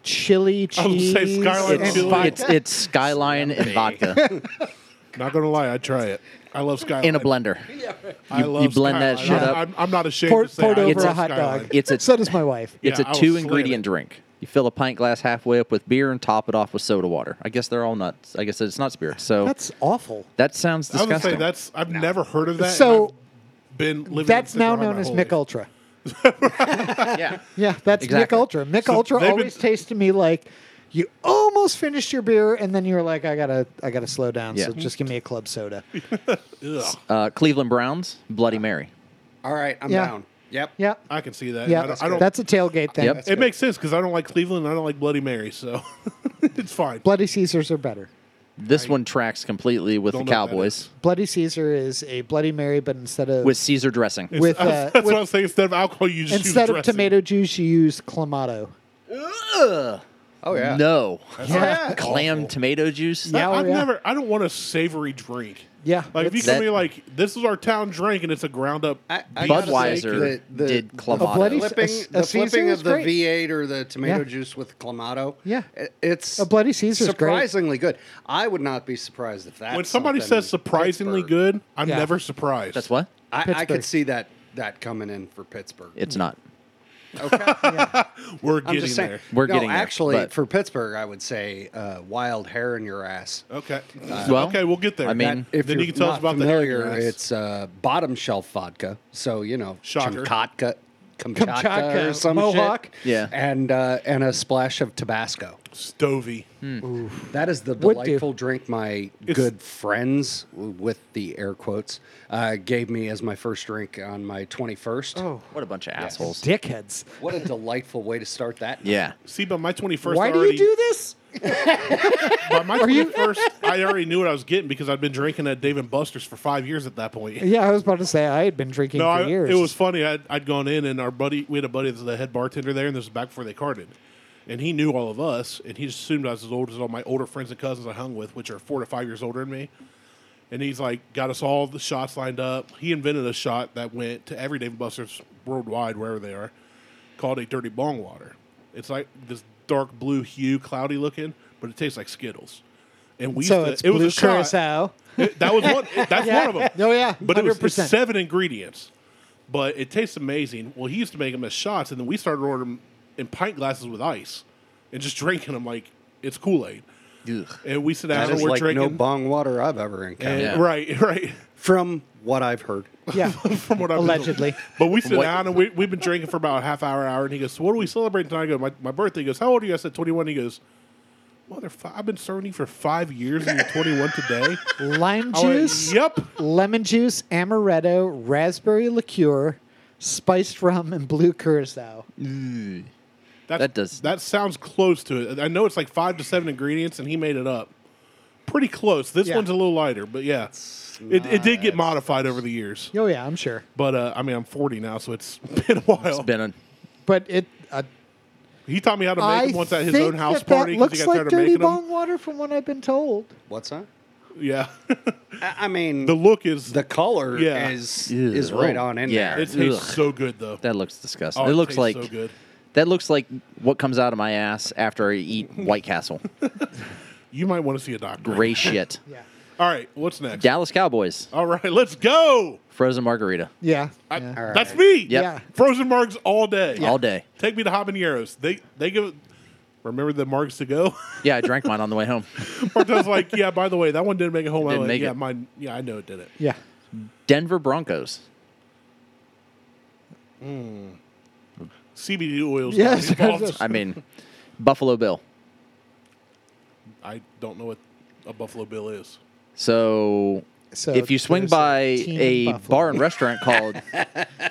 Speaker 4: chili
Speaker 2: would
Speaker 4: cheese
Speaker 2: say skyline
Speaker 4: and
Speaker 2: chili.
Speaker 4: vodka?
Speaker 1: It's it's skyline and vodka
Speaker 2: Not gonna lie, I try it. I love Skyline.
Speaker 1: in a blender.
Speaker 2: I
Speaker 1: you-
Speaker 2: love
Speaker 1: you blend that
Speaker 2: Skyline.
Speaker 1: shit
Speaker 2: I-
Speaker 1: up.
Speaker 2: I'm, I'm not ashamed
Speaker 4: poured,
Speaker 2: to say
Speaker 4: poured
Speaker 2: I
Speaker 4: over
Speaker 2: love
Speaker 4: a hot
Speaker 2: Skyline.
Speaker 4: dog.
Speaker 1: It's a-
Speaker 4: so does my wife.
Speaker 1: It's
Speaker 2: Yeah, I
Speaker 1: a
Speaker 2: will
Speaker 1: two
Speaker 2: slam
Speaker 1: ingredient
Speaker 2: it.
Speaker 1: drink. You fill a pint glass halfway up with beer and top it off with soda water. I guess they're all nuts. I guess it's not spirits. So
Speaker 4: That's awful.
Speaker 1: that sounds
Speaker 2: I was gonna
Speaker 1: disgusting.
Speaker 2: say that's. I've never heard of that. and
Speaker 4: So,
Speaker 2: I've been living. in
Speaker 4: That's now
Speaker 2: Cincinnati
Speaker 4: known
Speaker 2: my
Speaker 4: as
Speaker 2: whole
Speaker 4: Mick
Speaker 2: life.
Speaker 4: Ultra.
Speaker 1: yeah.
Speaker 4: Yeah, that's Mick
Speaker 1: Exactly.
Speaker 4: Ultra. Mick
Speaker 2: So
Speaker 4: Ultra
Speaker 2: they've
Speaker 4: always
Speaker 2: been-
Speaker 4: tastes to me like you almost finished your beer and then you were like, I gotta, I gotta slow down. So
Speaker 1: Yeah.
Speaker 4: just give me a club soda.
Speaker 2: Ugh,
Speaker 1: Uh, Cleveland Browns, Bloody Mary.
Speaker 3: All right, I'm
Speaker 4: Yeah.
Speaker 3: down. Yep.
Speaker 4: Yep.
Speaker 2: I can see that. I
Speaker 4: Yeah,
Speaker 2: don't. I don't-
Speaker 4: that's a tailgate thing.
Speaker 1: Yep.
Speaker 2: it makes sense because I don't like Cleveland. and I don't like Bloody Mary, so it's fine.
Speaker 4: Bloody Caesars are better.
Speaker 1: This one tracks completely with
Speaker 2: Don't
Speaker 1: the
Speaker 2: know what that
Speaker 1: Cowboys
Speaker 2: is.
Speaker 4: Bloody Caesar is a Bloody Mary, but instead of
Speaker 1: with Caesar dressing.
Speaker 4: with, uh,
Speaker 2: that's
Speaker 4: with-
Speaker 2: what I'm saying. Instead of alcohol, you just use
Speaker 4: instead of
Speaker 2: dressing.
Speaker 4: tomato juice, you use clamato.
Speaker 1: Ugh.
Speaker 3: Oh yeah.
Speaker 1: No.
Speaker 4: Yeah.
Speaker 1: Clam tomato juice.
Speaker 4: Yeah.
Speaker 2: I, I've
Speaker 4: yeah.
Speaker 2: never. I don't want a savory drink.
Speaker 4: Yeah,
Speaker 2: Like if you
Speaker 4: it's-
Speaker 2: come
Speaker 1: That-
Speaker 2: here, like this is our town drink, and it's a ground up.
Speaker 3: I- I
Speaker 2: beef
Speaker 3: gotta say,
Speaker 2: steak.
Speaker 1: Budweiser
Speaker 3: the- the-
Speaker 1: did
Speaker 3: the
Speaker 1: Clamato.
Speaker 4: bloody-
Speaker 3: Flipping,
Speaker 4: A- a
Speaker 3: the
Speaker 4: Caesar
Speaker 3: flipping
Speaker 4: is
Speaker 3: of the
Speaker 4: great.
Speaker 3: V8 or the tomato
Speaker 4: Yeah.
Speaker 3: juice with clamato.
Speaker 4: Yeah.
Speaker 3: I- it's
Speaker 4: A Bloody Caesar's great.
Speaker 3: surprisingly good. I would not be surprised if that.
Speaker 2: When somebody says surprisingly good, I'm
Speaker 4: Yeah.
Speaker 2: never surprised.
Speaker 1: That's what?
Speaker 3: I, I
Speaker 4: Pittsburgh.
Speaker 3: could see that that coming in for Pittsburgh.
Speaker 1: It's not.
Speaker 3: Okay.
Speaker 2: we're
Speaker 3: I'm
Speaker 2: getting
Speaker 3: just saying.
Speaker 2: there.
Speaker 1: We're
Speaker 3: no,
Speaker 1: getting there,
Speaker 3: actually
Speaker 1: but-
Speaker 3: for Pittsburgh, I would say uh, wild hair in your ass.
Speaker 2: Okay.
Speaker 1: well,
Speaker 2: okay, we'll get there.
Speaker 1: I mean-
Speaker 3: If
Speaker 2: Oh. then
Speaker 3: you're
Speaker 2: you can tell
Speaker 3: not
Speaker 2: us about
Speaker 3: familiar,
Speaker 2: the hair. dress.
Speaker 3: it's uh, bottom shelf vodka. So you know,
Speaker 2: Shocker.
Speaker 3: Chimkotka, Kamchatka,
Speaker 4: Kamchatka,
Speaker 3: or some
Speaker 4: Mohawk.
Speaker 3: shit.
Speaker 1: Yeah.
Speaker 3: and uh, and a splash of Tabasco.
Speaker 2: Stovey.
Speaker 3: That is the
Speaker 4: Would do.
Speaker 3: delightful drink my good friends with the air quotes uh, gave me as my first drink on my twenty first.
Speaker 4: Oh,
Speaker 1: What a bunch of assholes.
Speaker 4: dickheads!
Speaker 3: What a delightful way to start that. night.
Speaker 1: Yeah.
Speaker 2: See, by my 21st,
Speaker 4: Why
Speaker 2: I
Speaker 4: do you
Speaker 2: already,
Speaker 4: do this?
Speaker 2: by my
Speaker 4: you-
Speaker 2: 21st, I already knew what I was getting because I'd been drinking at Dave and Buster's for five years at that point.
Speaker 4: Yeah, I was about to say I had been drinking
Speaker 2: No,
Speaker 4: for
Speaker 2: I,
Speaker 4: years.
Speaker 2: it was funny. I'd, I'd gone in, and our buddy, we had a buddy that's the head bartender there, and this was back before they carded. And he knew all of us, and he just assumed I was as old as all my older friends and cousins I hung with, which are four to five years older than me. And he's like, got us all the shots lined up. He invented a shot that went to every Dave and Buster's worldwide, wherever they are, called a dirty bong water. It's like this dark blue hue, cloudy looking, but it tastes like Skittles. And we
Speaker 4: so
Speaker 2: used to-
Speaker 4: it's
Speaker 2: it
Speaker 4: blue
Speaker 2: was a shot.
Speaker 4: curacao.
Speaker 2: It- that was one. That's
Speaker 4: Yeah.
Speaker 2: one of them.
Speaker 4: Oh, yeah.
Speaker 2: but it was it's
Speaker 4: 100%.
Speaker 2: seven ingredients. But it tastes amazing. Well, he used to make them as shots, and then we started ordering 'em in pint glasses with ice, and just drinking them like it's Kool Aid.
Speaker 1: Ugh.
Speaker 2: And we sit down
Speaker 3: That
Speaker 2: and
Speaker 3: is
Speaker 2: we're
Speaker 3: like
Speaker 2: drinking.
Speaker 3: no bong water I've ever encountered.
Speaker 2: and-
Speaker 1: Yeah.
Speaker 2: Right, right.
Speaker 3: From what I've heard,
Speaker 4: Yeah,
Speaker 2: From what I've been told.
Speaker 4: allegedly.
Speaker 2: But we sit
Speaker 1: What-
Speaker 2: down and we, we've been drinking for about a half hour, hour. And he goes, so What are we celebrating tonight? I go, My, my birthday. He goes, How old are you? I said, 21. He goes, Motherfucker, I've been serving you for five years and you're 21 today.
Speaker 4: Lime
Speaker 2: I went,
Speaker 4: juice,
Speaker 2: Yep.
Speaker 4: lemon juice, amaretto, raspberry liqueur, spiced rum, and blue curacao.
Speaker 2: That's,
Speaker 1: That does-
Speaker 2: That sounds close to it. I know it's like five to seven ingredients, and he made it up. Pretty close. This
Speaker 4: Yeah.
Speaker 2: one's a little lighter, but yeah, it, it did get modified over the years.
Speaker 4: Oh yeah, I'm sure.
Speaker 2: But uh, I mean, I'm 40 now, so it's been a while.
Speaker 1: It's been a
Speaker 4: But it, uh,
Speaker 2: he taught me how to make
Speaker 4: I
Speaker 2: them once at his own
Speaker 4: think
Speaker 2: house
Speaker 4: that that
Speaker 2: party because
Speaker 4: looks
Speaker 2: he got
Speaker 4: like
Speaker 2: tired of
Speaker 4: dirty
Speaker 2: making
Speaker 4: bong water, from what I've been told.
Speaker 3: what's that?
Speaker 2: them. Yeah,
Speaker 3: I I mean,
Speaker 2: the look is
Speaker 3: the color
Speaker 2: Yeah.
Speaker 3: is
Speaker 1: Ew.
Speaker 3: is right on in
Speaker 1: Yeah.
Speaker 3: there.
Speaker 2: it tastes
Speaker 1: Ugh.
Speaker 2: so good though.
Speaker 1: that looks disgusting.
Speaker 2: Oh,
Speaker 1: it looks like
Speaker 2: tastes so good.
Speaker 1: that looks like what comes out of my ass after I eat White Castle.
Speaker 2: You might want to see a doctor.
Speaker 1: Gray shit.
Speaker 4: Yeah.
Speaker 2: All right, what's next?
Speaker 1: Dallas Cowboys,
Speaker 2: All right, let's go.
Speaker 1: frozen margarita
Speaker 4: Yeah.
Speaker 2: I,
Speaker 4: yeah.
Speaker 3: right.
Speaker 2: That's me.
Speaker 1: Yep.
Speaker 4: Yeah.
Speaker 2: Frozen margs all day.
Speaker 1: all day.
Speaker 2: Take me to habaneros. They they give. Remember the margs to go.
Speaker 1: Yeah, I drank mine on the way home.
Speaker 2: Martell's like, yeah. By the way, that one didn't make it home. I'm
Speaker 1: Didn't
Speaker 2: like,
Speaker 1: make
Speaker 2: yeah,
Speaker 1: it.
Speaker 2: mine. Yeah, I know it didn't.
Speaker 4: Yeah.
Speaker 1: Denver Broncos.
Speaker 2: CBD oils.
Speaker 4: Yes,
Speaker 2: not involved.
Speaker 4: yes,
Speaker 1: I mean, Buffalo Bill.
Speaker 2: I don't know what a Buffalo Bill is.
Speaker 1: So,
Speaker 4: So
Speaker 1: if you swing
Speaker 4: there's a
Speaker 1: by
Speaker 4: team
Speaker 1: a
Speaker 4: in Buffalo.
Speaker 1: bar and restaurant called,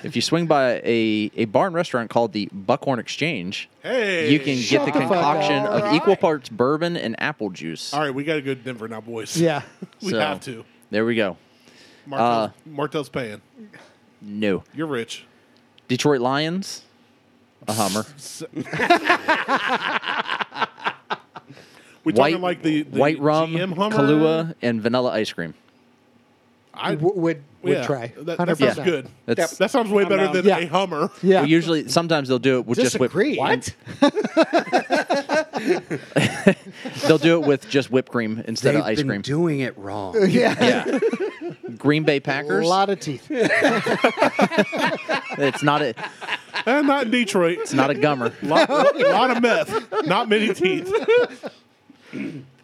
Speaker 1: if you swing by a, a bar and restaurant called the Buckhorn Exchange,
Speaker 2: Hey,
Speaker 1: you can
Speaker 4: Shut
Speaker 1: get the
Speaker 4: the fuck
Speaker 1: concoction
Speaker 4: up.
Speaker 1: of
Speaker 2: All
Speaker 1: equal
Speaker 2: right.
Speaker 1: parts bourbon and apple juice.
Speaker 2: All right, we got to go to Denver now, boys.
Speaker 4: Yeah.
Speaker 2: we
Speaker 1: So- uh,
Speaker 2: have to.
Speaker 1: There we go.
Speaker 2: Martell's, Martell's paying.
Speaker 1: No.
Speaker 2: You're rich.
Speaker 1: Detroit Lions, a Hummer.
Speaker 2: We
Speaker 1: White,
Speaker 2: talking like the, the
Speaker 1: white rum,
Speaker 2: GM Hummer?
Speaker 1: Kahlua, and vanilla ice cream.
Speaker 2: I
Speaker 4: W- would would
Speaker 2: yeah,
Speaker 4: try.
Speaker 2: That, that
Speaker 4: 100%.
Speaker 2: sounds
Speaker 1: Yeah.
Speaker 2: good.
Speaker 1: That's-
Speaker 2: That sounds way
Speaker 3: I'm
Speaker 2: better
Speaker 3: down.
Speaker 2: than
Speaker 4: Yeah.
Speaker 2: a Hummer.
Speaker 4: Yeah.
Speaker 1: Well, usually sometimes they'll do it with
Speaker 4: Disagree.
Speaker 1: just whipped. They'll do it with just whipped cream instead
Speaker 3: They've
Speaker 1: of ice
Speaker 3: been
Speaker 1: cream.
Speaker 3: doing it wrong.
Speaker 4: yeah.
Speaker 1: yeah. Green Bay
Speaker 4: A
Speaker 1: Packers.
Speaker 4: lot of teeth.
Speaker 1: It's not a
Speaker 2: and not in Detroit.
Speaker 1: it's not a gummer.
Speaker 2: lot, lot of meth, not many teeth.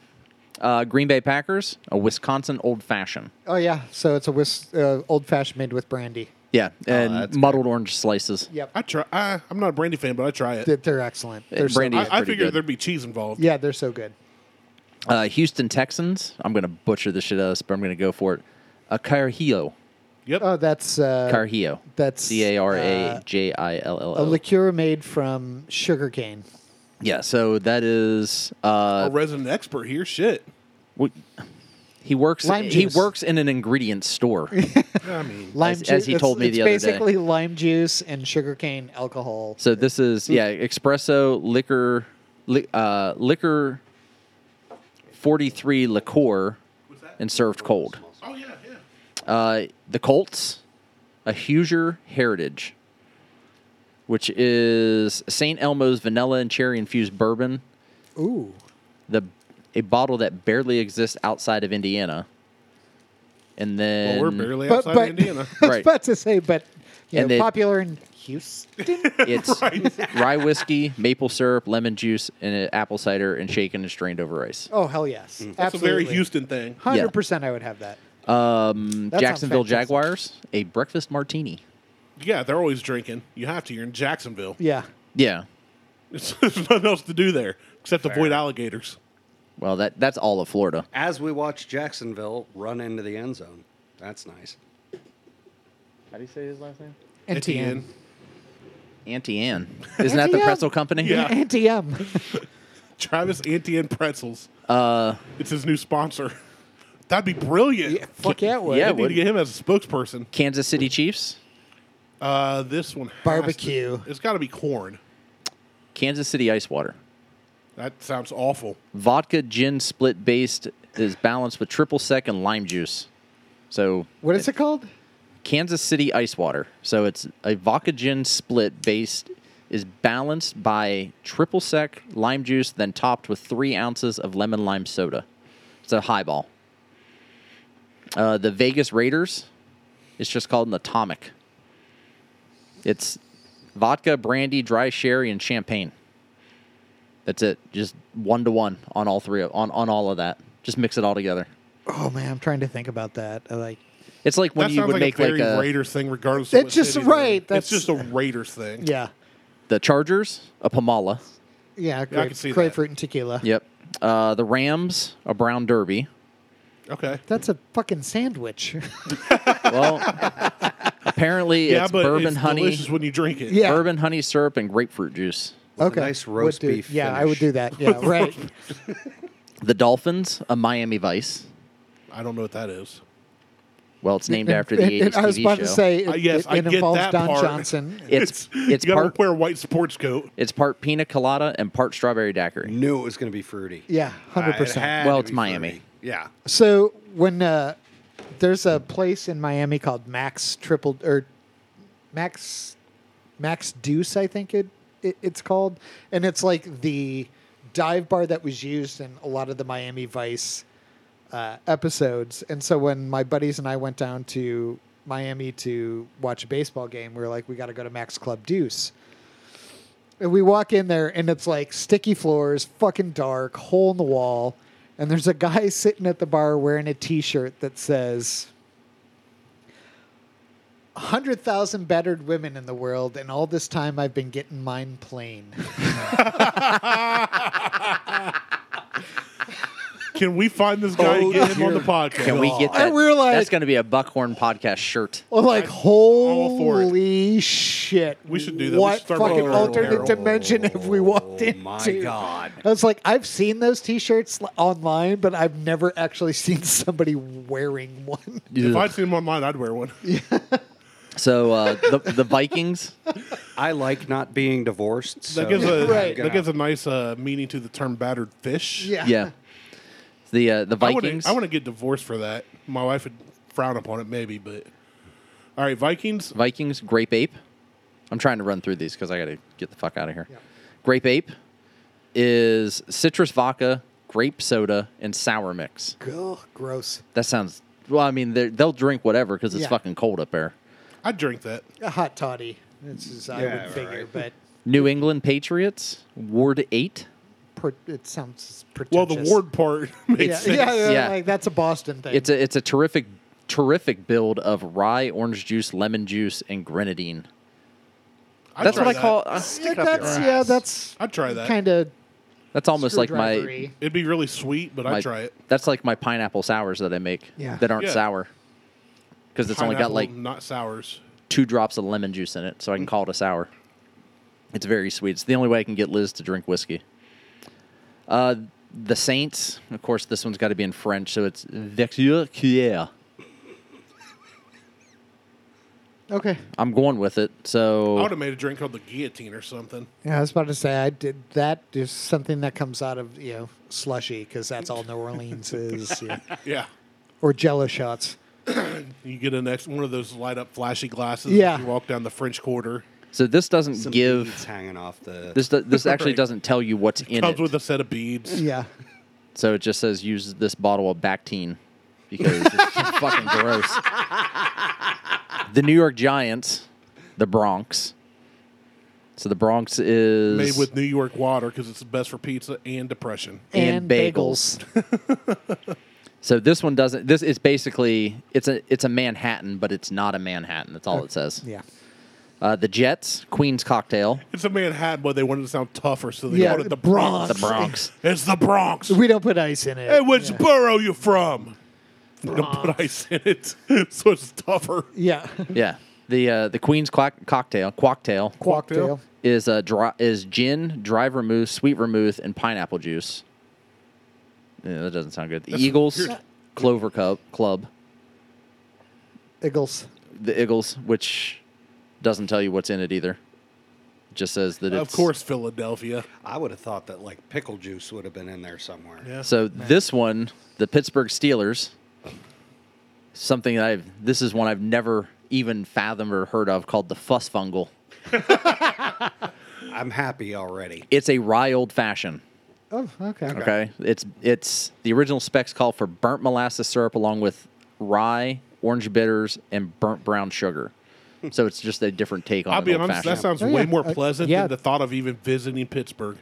Speaker 1: Uh, Green Bay Packers, a Wisconsin old fashioned.
Speaker 4: Oh yeah. So it's a whis- uh, old fashioned made with brandy.
Speaker 1: Yeah, and
Speaker 3: that's
Speaker 1: muddled orange slices.
Speaker 4: Yep.
Speaker 2: I try. I, I'm not a brandy fan, but I try it.
Speaker 4: That they're excellent. They're so
Speaker 1: brandy
Speaker 4: good.
Speaker 1: is
Speaker 2: I, I
Speaker 1: pretty
Speaker 2: figured
Speaker 1: good.
Speaker 2: there'd be cheese involved.
Speaker 4: Yeah, they're so good.
Speaker 1: Uh, Houston Texans. I'm gonna butcher the shit out of this, but I'm gonna go for it. A Carajillo.
Speaker 2: Yep.
Speaker 4: Oh, that's uh,
Speaker 1: Carajillo.
Speaker 4: that's
Speaker 1: C A R
Speaker 4: uh,
Speaker 1: A J I L L
Speaker 4: a
Speaker 1: O.
Speaker 4: liqueur made from sugarcane.
Speaker 1: Yeah. So that is. Uh,
Speaker 2: a resident expert here. Shit.
Speaker 1: what- he works.
Speaker 4: Lime
Speaker 1: He
Speaker 4: juice.
Speaker 1: works in an ingredient store.
Speaker 2: I mean,
Speaker 4: Lime
Speaker 1: As-
Speaker 4: juice.
Speaker 1: as he told me
Speaker 4: it's
Speaker 1: the other day.
Speaker 4: basically lime juice and sugarcane alcohol.
Speaker 1: So this is yeah, espresso liquor, li- uh, liquor, forty three liqueur, and served cold.
Speaker 2: oh yeah, yeah.
Speaker 1: Uh, the Colts, a Hoosier Heritage, which is St. Elmo's vanilla and cherry infused bourbon,
Speaker 4: Ooh.
Speaker 1: the a bottle that barely exists outside of Indiana, and then
Speaker 2: Well, we're barely
Speaker 4: But-
Speaker 2: outside
Speaker 4: but-
Speaker 2: of Indiana.
Speaker 4: I was
Speaker 1: Right.
Speaker 4: about to say, but you
Speaker 1: And
Speaker 4: know,
Speaker 1: they-
Speaker 4: popular in Houston.
Speaker 1: it's rye whiskey, maple syrup, lemon juice, and uh, apple cider, and shaken and strained over ice.
Speaker 4: oh hell yes,
Speaker 2: Mm. That's a
Speaker 4: absolutely.
Speaker 2: very Houston thing.
Speaker 4: Hundred percent, I would have that.
Speaker 1: Um,
Speaker 4: That sounds
Speaker 1: Jacksonville
Speaker 4: fantastic.
Speaker 1: Jaguars, a breakfast martini.
Speaker 2: Yeah, they're always drinking. You have to. You're in Jacksonville.
Speaker 4: Yeah.
Speaker 1: Yeah.
Speaker 2: There's nothing else to do there except avoid alligators.
Speaker 1: Well, that that's all of Florida.
Speaker 3: As we watch Jacksonville run into the end zone, that's nice.
Speaker 1: How do you say his last name?
Speaker 4: NTN.
Speaker 1: Auntie Anne. Isn't that the
Speaker 4: Auntie
Speaker 1: pretzel
Speaker 4: Anne.
Speaker 1: company?
Speaker 2: Yeah.
Speaker 4: NTM.
Speaker 2: Travis Antian Pretzels. Uh, it's his new sponsor. That'd be brilliant.
Speaker 4: Fuck yeah, it would.
Speaker 1: Yeah,
Speaker 2: I
Speaker 1: it
Speaker 2: need
Speaker 1: would.
Speaker 2: to get him as a spokesperson.
Speaker 1: Kansas City Chiefs,
Speaker 2: Uh, this one has to-
Speaker 4: Barbecue.
Speaker 2: it's got to be corn.
Speaker 1: Kansas City Ice Water.
Speaker 2: That sounds awful.
Speaker 1: Vodka gin split based is balanced with triple sec and lime juice. So
Speaker 4: What is it called?
Speaker 1: Kansas City Ice Water. So it's a vodka gin split based is balanced by triple sec lime juice, then topped with three ounces of lemon lime soda. It's a highball. Uh, the Vegas Raiders. It's just called an atomic. It's vodka, brandy, dry sherry, and champagne. That's it. Just one to one on all three of on, on all of that. Just mix it all together.
Speaker 4: Oh man, I'm trying to think about that. I like
Speaker 1: It's like when
Speaker 2: that
Speaker 1: you
Speaker 2: sounds
Speaker 1: would
Speaker 2: like
Speaker 1: make
Speaker 2: a very
Speaker 1: like a
Speaker 2: Raiders thing, regardless. Of
Speaker 4: It's
Speaker 2: what
Speaker 4: just
Speaker 2: city they're in.
Speaker 4: right, that's-
Speaker 2: It's just a Raiders thing.
Speaker 4: yeah.
Speaker 1: the Chargers, a Pamala.
Speaker 4: Yeah,
Speaker 2: can
Speaker 4: grape,
Speaker 2: see that.
Speaker 4: grapefruit and tequila.
Speaker 1: Yep. Uh, the Rams, a Brown Derby.
Speaker 2: Okay.
Speaker 4: That's a fucking sandwich.
Speaker 1: Well, apparently
Speaker 2: Yeah,
Speaker 1: it's
Speaker 2: but
Speaker 1: bourbon
Speaker 2: it's
Speaker 1: honey,
Speaker 2: delicious when you drink it.
Speaker 4: Yeah.
Speaker 1: bourbon honey syrup, and grapefruit juice.
Speaker 3: With a nice roast
Speaker 4: Would do-
Speaker 3: beef
Speaker 4: Yeah, I would do that. Yeah, right.
Speaker 1: The Dolphins, a Miami Vice.
Speaker 2: I don't know what that is.
Speaker 1: Well, it's named after the
Speaker 4: It- it-
Speaker 1: 80s
Speaker 4: I was
Speaker 1: TV
Speaker 4: about
Speaker 1: show.
Speaker 4: to say it,
Speaker 2: Uh, yes,
Speaker 4: it,
Speaker 2: I
Speaker 4: it
Speaker 2: get
Speaker 4: involves
Speaker 2: that
Speaker 4: Don
Speaker 2: part.
Speaker 4: Johnson.
Speaker 1: it's it's
Speaker 2: you gotta
Speaker 1: part
Speaker 2: wear a white sports coat.
Speaker 1: it's part pina colada and part strawberry daiquiri.
Speaker 3: Knew it was going to be fruity.
Speaker 4: Yeah,
Speaker 3: Uh,
Speaker 4: hundred
Speaker 3: it
Speaker 4: percent.
Speaker 3: had
Speaker 1: Well,
Speaker 3: to
Speaker 1: it's
Speaker 3: be
Speaker 1: Miami.
Speaker 3: fruity. Yeah.
Speaker 4: So when uh, there's a place in Miami called Max Triple or Max Max Deuce, I think it, it it's called, and it's like the dive bar that was used in a lot of the Miami Vice uh, episodes. And so when my buddies and I went down to Miami to watch a baseball game, we were like, we got to go to Max Club Deuce. And we walk in there, and it's like sticky floors, fucking dark, hole in the wall. And there's a guy sitting at the bar wearing a t shirt that says, 100,000 battered women in the world, and all this time I've been getting mine plain.
Speaker 2: Can we find this guy and get him on the podcast?
Speaker 1: Oh, Can we get
Speaker 4: I
Speaker 1: that?
Speaker 4: realized-
Speaker 1: That's going to be a Buckhorn podcast shirt.
Speaker 4: I'm like,
Speaker 2: all for it.
Speaker 4: holy shit.
Speaker 2: We should do that. We
Speaker 4: What
Speaker 2: should start
Speaker 4: fucking
Speaker 2: making our own apparel.
Speaker 4: alternate dimension have we walked
Speaker 3: Oh
Speaker 4: into?
Speaker 3: my God.
Speaker 4: I was like, I've seen those t shirts online, but I've never actually seen somebody wearing one.
Speaker 2: If I'd seen him online, I'd wear one.
Speaker 1: So uh, the the Vikings.
Speaker 3: I like not being divorced. so
Speaker 2: That gives a
Speaker 4: Right.
Speaker 2: that gives a nice uh, meaning to the term battered fish.
Speaker 1: Yeah. The uh, the
Speaker 2: I wouldn't,
Speaker 1: Vikings.
Speaker 2: I wouldn't get divorced for that. My wife would frown upon it, maybe. But all right, Vikings.
Speaker 1: Vikings, Grape Ape. I'm trying to run through these because I got to get the fuck out of here. Grape Ape is citrus vodka, grape soda, and sour mix.
Speaker 4: Ugh, gross.
Speaker 1: That sounds. Well, I mean, they're- they'll drink whatever because it's
Speaker 4: Yeah.
Speaker 1: fucking cold up there.
Speaker 2: I'd drink that.
Speaker 4: A hot toddy. This is, I
Speaker 3: Yeah,
Speaker 4: would figure,
Speaker 3: right.
Speaker 4: but
Speaker 1: New England Patriots, Ward Eight.
Speaker 4: per- it sounds
Speaker 2: Well,
Speaker 4: pretentious.
Speaker 2: the ward part makes
Speaker 4: Yeah,
Speaker 2: sense.
Speaker 4: yeah, yeah,
Speaker 1: Yeah.
Speaker 4: like that's a Boston thing.
Speaker 1: It's a it's a terrific terrific build of rye, orange juice, lemon juice, and grenadine.
Speaker 2: I'd
Speaker 1: That's
Speaker 2: try
Speaker 1: what I
Speaker 2: that.
Speaker 1: call. uh,
Speaker 4: Yeah,
Speaker 3: Stick up your
Speaker 4: that's yeah,
Speaker 3: ass.
Speaker 4: that's
Speaker 2: I'd try that.
Speaker 4: kind of
Speaker 1: that's almost like my,
Speaker 2: It'd be really sweet, but
Speaker 1: my
Speaker 2: I'd try it.
Speaker 1: That's like my pineapple sours that I make.
Speaker 4: Yeah.
Speaker 1: That aren't
Speaker 2: Yeah.
Speaker 1: sour. Because it's only got
Speaker 2: Pineapple,
Speaker 1: like
Speaker 2: not sours.
Speaker 1: two drops of lemon juice in it, so I
Speaker 2: Mm.
Speaker 1: can call it a sour. It's very sweet. It's the only way I can get Liz to drink whiskey. Uh, the Saints, of course, this one's got to be in French, so it's Vecchia Cuillère.
Speaker 4: Okay.
Speaker 1: I'm going with it.
Speaker 2: I
Speaker 1: So
Speaker 2: would have made a drink called the guillotine or something.
Speaker 4: Yeah, I was about to say I did that. Is something that comes out of you know slushy because that's all New Orleans is, yeah.
Speaker 2: Yeah.
Speaker 4: or Jello shots.
Speaker 2: You get an ex- one of those light up flashy glasses.
Speaker 4: Yeah.
Speaker 2: As you walk down the French Quarter.
Speaker 1: so this doesn't
Speaker 3: some
Speaker 1: give
Speaker 3: beads hanging off the.
Speaker 1: this do- this actually
Speaker 2: Right.
Speaker 1: doesn't tell you what's in
Speaker 2: Comes
Speaker 1: it.
Speaker 2: with a set of beads.
Speaker 4: Yeah,
Speaker 1: so it just says use this bottle of Bactine because it's fucking gross. The New York Giants, the Bronx. So the Bronx is
Speaker 2: Made with New York water because it's best for pizza and depression.
Speaker 1: and bagels. so this one doesn't. This is basically it's a it's a Manhattan, but it's not a Manhattan. That's all it says.
Speaker 4: Yeah,
Speaker 1: Uh, the Jets Queens cocktail.
Speaker 2: It's a Manhattan, but they wanted to sound tougher, so they
Speaker 4: Yeah,
Speaker 2: called it the Bronx.
Speaker 4: Bronx.
Speaker 1: The Bronx.
Speaker 2: It's the Bronx.
Speaker 4: we don't put ice in it.
Speaker 2: Hey, which
Speaker 4: yeah.
Speaker 2: borough you from? Don't put ice in it, so it's tougher.
Speaker 4: yeah,
Speaker 1: yeah. The uh, the Queens quack, cocktail quacktail
Speaker 4: cocktail.
Speaker 1: is a dry, is gin, dry vermouth, sweet vermouth, and pineapple juice. Yeah, that doesn't sound good. The Eagles
Speaker 2: weird.
Speaker 1: Clover Cup Club.
Speaker 4: Eagles.
Speaker 1: The Eagles, which doesn't tell you what's in it either. Just says that
Speaker 2: Of
Speaker 1: it's
Speaker 2: course, Philadelphia.
Speaker 3: I would have thought that like pickle juice would have been in there somewhere.
Speaker 2: Yeah.
Speaker 1: So this one, the Pittsburgh Steelers, something that I've this is one I've never even fathomed or heard of called the fuss fungal.
Speaker 3: I'm happy already.
Speaker 1: It's a rye old fashioned.
Speaker 4: Oh, okay.
Speaker 1: Okay. It's it's the original specs call for burnt molasses syrup along with rye, orange bitters, and burnt brown sugar. So it's just a different take on
Speaker 2: Hmm. I'll
Speaker 1: an
Speaker 2: be
Speaker 1: old
Speaker 2: honest, that
Speaker 1: fashioned.
Speaker 2: sounds
Speaker 4: Oh,
Speaker 2: way
Speaker 4: yeah.
Speaker 2: more
Speaker 4: Uh,
Speaker 2: pleasant
Speaker 4: yeah.
Speaker 2: than the thought of even visiting Pittsburgh.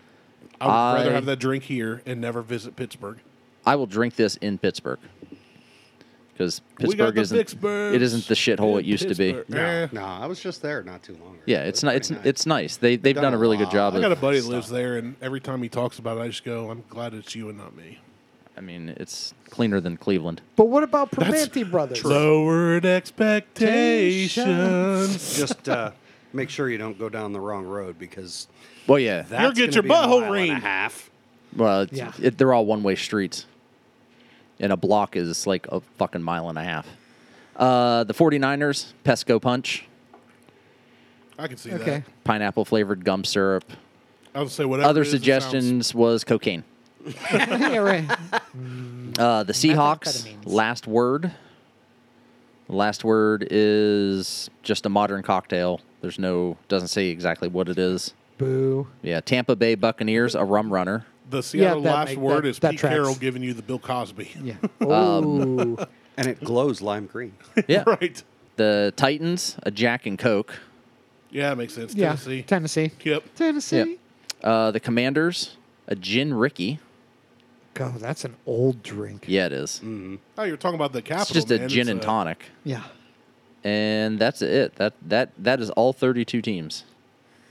Speaker 2: I would rather
Speaker 1: I-
Speaker 2: have that drink here and never visit Pittsburgh.
Speaker 1: I will drink this in Pittsburgh. Because
Speaker 2: We
Speaker 1: Pittsburgh
Speaker 2: got the
Speaker 1: isn't
Speaker 2: Pittsburghs
Speaker 1: it isn't the shithole it
Speaker 2: in
Speaker 1: used to
Speaker 2: Pittsburgh.
Speaker 1: be.
Speaker 3: No,
Speaker 2: Eh.
Speaker 3: no, I was just there not too long ago.
Speaker 1: Yeah, it's not it's it's nice. They they've done,
Speaker 3: done
Speaker 1: a
Speaker 3: a
Speaker 1: really good
Speaker 3: lot.
Speaker 1: job
Speaker 2: I
Speaker 1: of
Speaker 2: got a buddy that lives there, and every time he talks about it, I just go, "I'm glad it's you and not me."
Speaker 1: I mean, it's cleaner than Cleveland.
Speaker 4: But what about Permanente brothers?
Speaker 2: Lowered expectations.
Speaker 3: just uh, make sure you don't go down the wrong road because
Speaker 1: Well, yeah.
Speaker 3: that's
Speaker 2: You'll get your
Speaker 3: gonna be a
Speaker 2: butthole
Speaker 3: mile and a
Speaker 2: ring.
Speaker 3: half.
Speaker 1: well, it's,
Speaker 4: Yeah.
Speaker 1: it, they're all one-way streets, and a block is like a fucking mile and a half. Uh, the 49ers, Pesco Punch,
Speaker 2: I can see
Speaker 4: Okay.
Speaker 2: that.
Speaker 1: pineapple flavored gum syrup.
Speaker 2: I would say whatever.
Speaker 1: Other
Speaker 2: it is, it sounds-
Speaker 1: suggestions was cocaine.
Speaker 4: yeah, right.
Speaker 1: Uh, the Seahawks,
Speaker 4: Methamphetamines.
Speaker 1: last word. Last word is just a modern cocktail. There's no doesn't say exactly what it is.
Speaker 4: Boo.
Speaker 1: Yeah, Tampa Bay Buccaneers, a rum runner.
Speaker 2: the Seattle
Speaker 4: that
Speaker 2: last
Speaker 4: make-
Speaker 2: word
Speaker 4: that-
Speaker 2: is
Speaker 4: that
Speaker 2: Pete
Speaker 4: tracks.
Speaker 2: Carroll giving you the Bill Cosby.
Speaker 4: Yeah. Oh.
Speaker 3: and it glows lime green.
Speaker 1: Yeah.
Speaker 2: right.
Speaker 1: The Titans, a Jack and Coke.
Speaker 2: Yeah, that makes sense.
Speaker 4: yeah.
Speaker 2: Tennessee.
Speaker 4: Tennessee.
Speaker 2: Yep.
Speaker 4: Tennessee.
Speaker 1: Yep. Uh, the Commanders, a Gin Ricky.
Speaker 4: God, that's an old drink.
Speaker 1: Yeah, it is.
Speaker 2: Oh, you're talking about the capital.
Speaker 1: It's just a
Speaker 2: man.
Speaker 1: gin
Speaker 2: It's
Speaker 1: and tonic.
Speaker 4: Yeah.
Speaker 1: And that's it. That that that is all 32 teams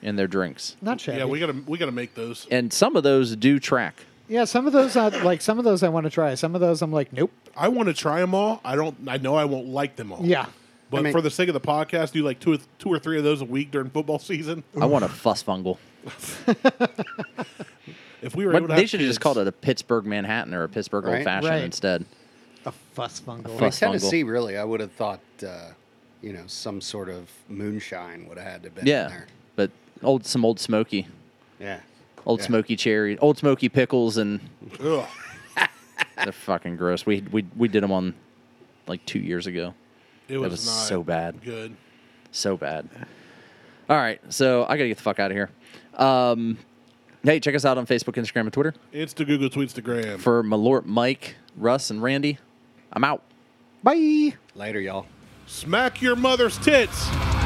Speaker 1: and their drinks.
Speaker 4: Not shabby.
Speaker 2: Yeah, we gotta we gotta make those.
Speaker 1: And some of those do track.
Speaker 4: Yeah, some of those, I, like some of those, I want to try. Some of those, I'm like, nope.
Speaker 2: I want to try them all. I don't. I know I won't like them all.
Speaker 4: Yeah,
Speaker 2: But
Speaker 3: I mean-
Speaker 2: for the sake of the podcast, do like two or two or three of those a week during football season.
Speaker 1: I want a fuss fungal.
Speaker 2: If we were
Speaker 1: What,
Speaker 2: able to
Speaker 1: they
Speaker 2: have
Speaker 1: should have just
Speaker 2: kids-
Speaker 1: called it a Pittsburgh Manhattan or a Pittsburgh
Speaker 3: Right.
Speaker 1: Old Fashioned
Speaker 4: Right.
Speaker 1: instead.
Speaker 4: a fuss fungal.
Speaker 1: fuss-
Speaker 3: Tennessee, really, I would have thought, uh, you know, some sort of moonshine would have had to have been in
Speaker 1: Yeah,
Speaker 3: there.
Speaker 1: but old some old Smoky,
Speaker 3: Yeah.
Speaker 1: old
Speaker 3: Yeah.
Speaker 1: Smoky cherry, old Smoky pickles, and
Speaker 2: Ugh.
Speaker 1: they're fucking gross. We we we did them on like two years ago.
Speaker 2: It was,
Speaker 1: was
Speaker 2: not
Speaker 1: so bad.
Speaker 2: Good.
Speaker 1: So bad. All right, so I gotta get the fuck out of here. Um, hey, check us out on Facebook, Instagram, and Twitter
Speaker 2: It's to Google tweets to Graham.
Speaker 1: for Malort, Mike, Russ, and Randy. I'm out.
Speaker 4: Bye.
Speaker 3: Later, y'all.
Speaker 2: Smack your mother's tits.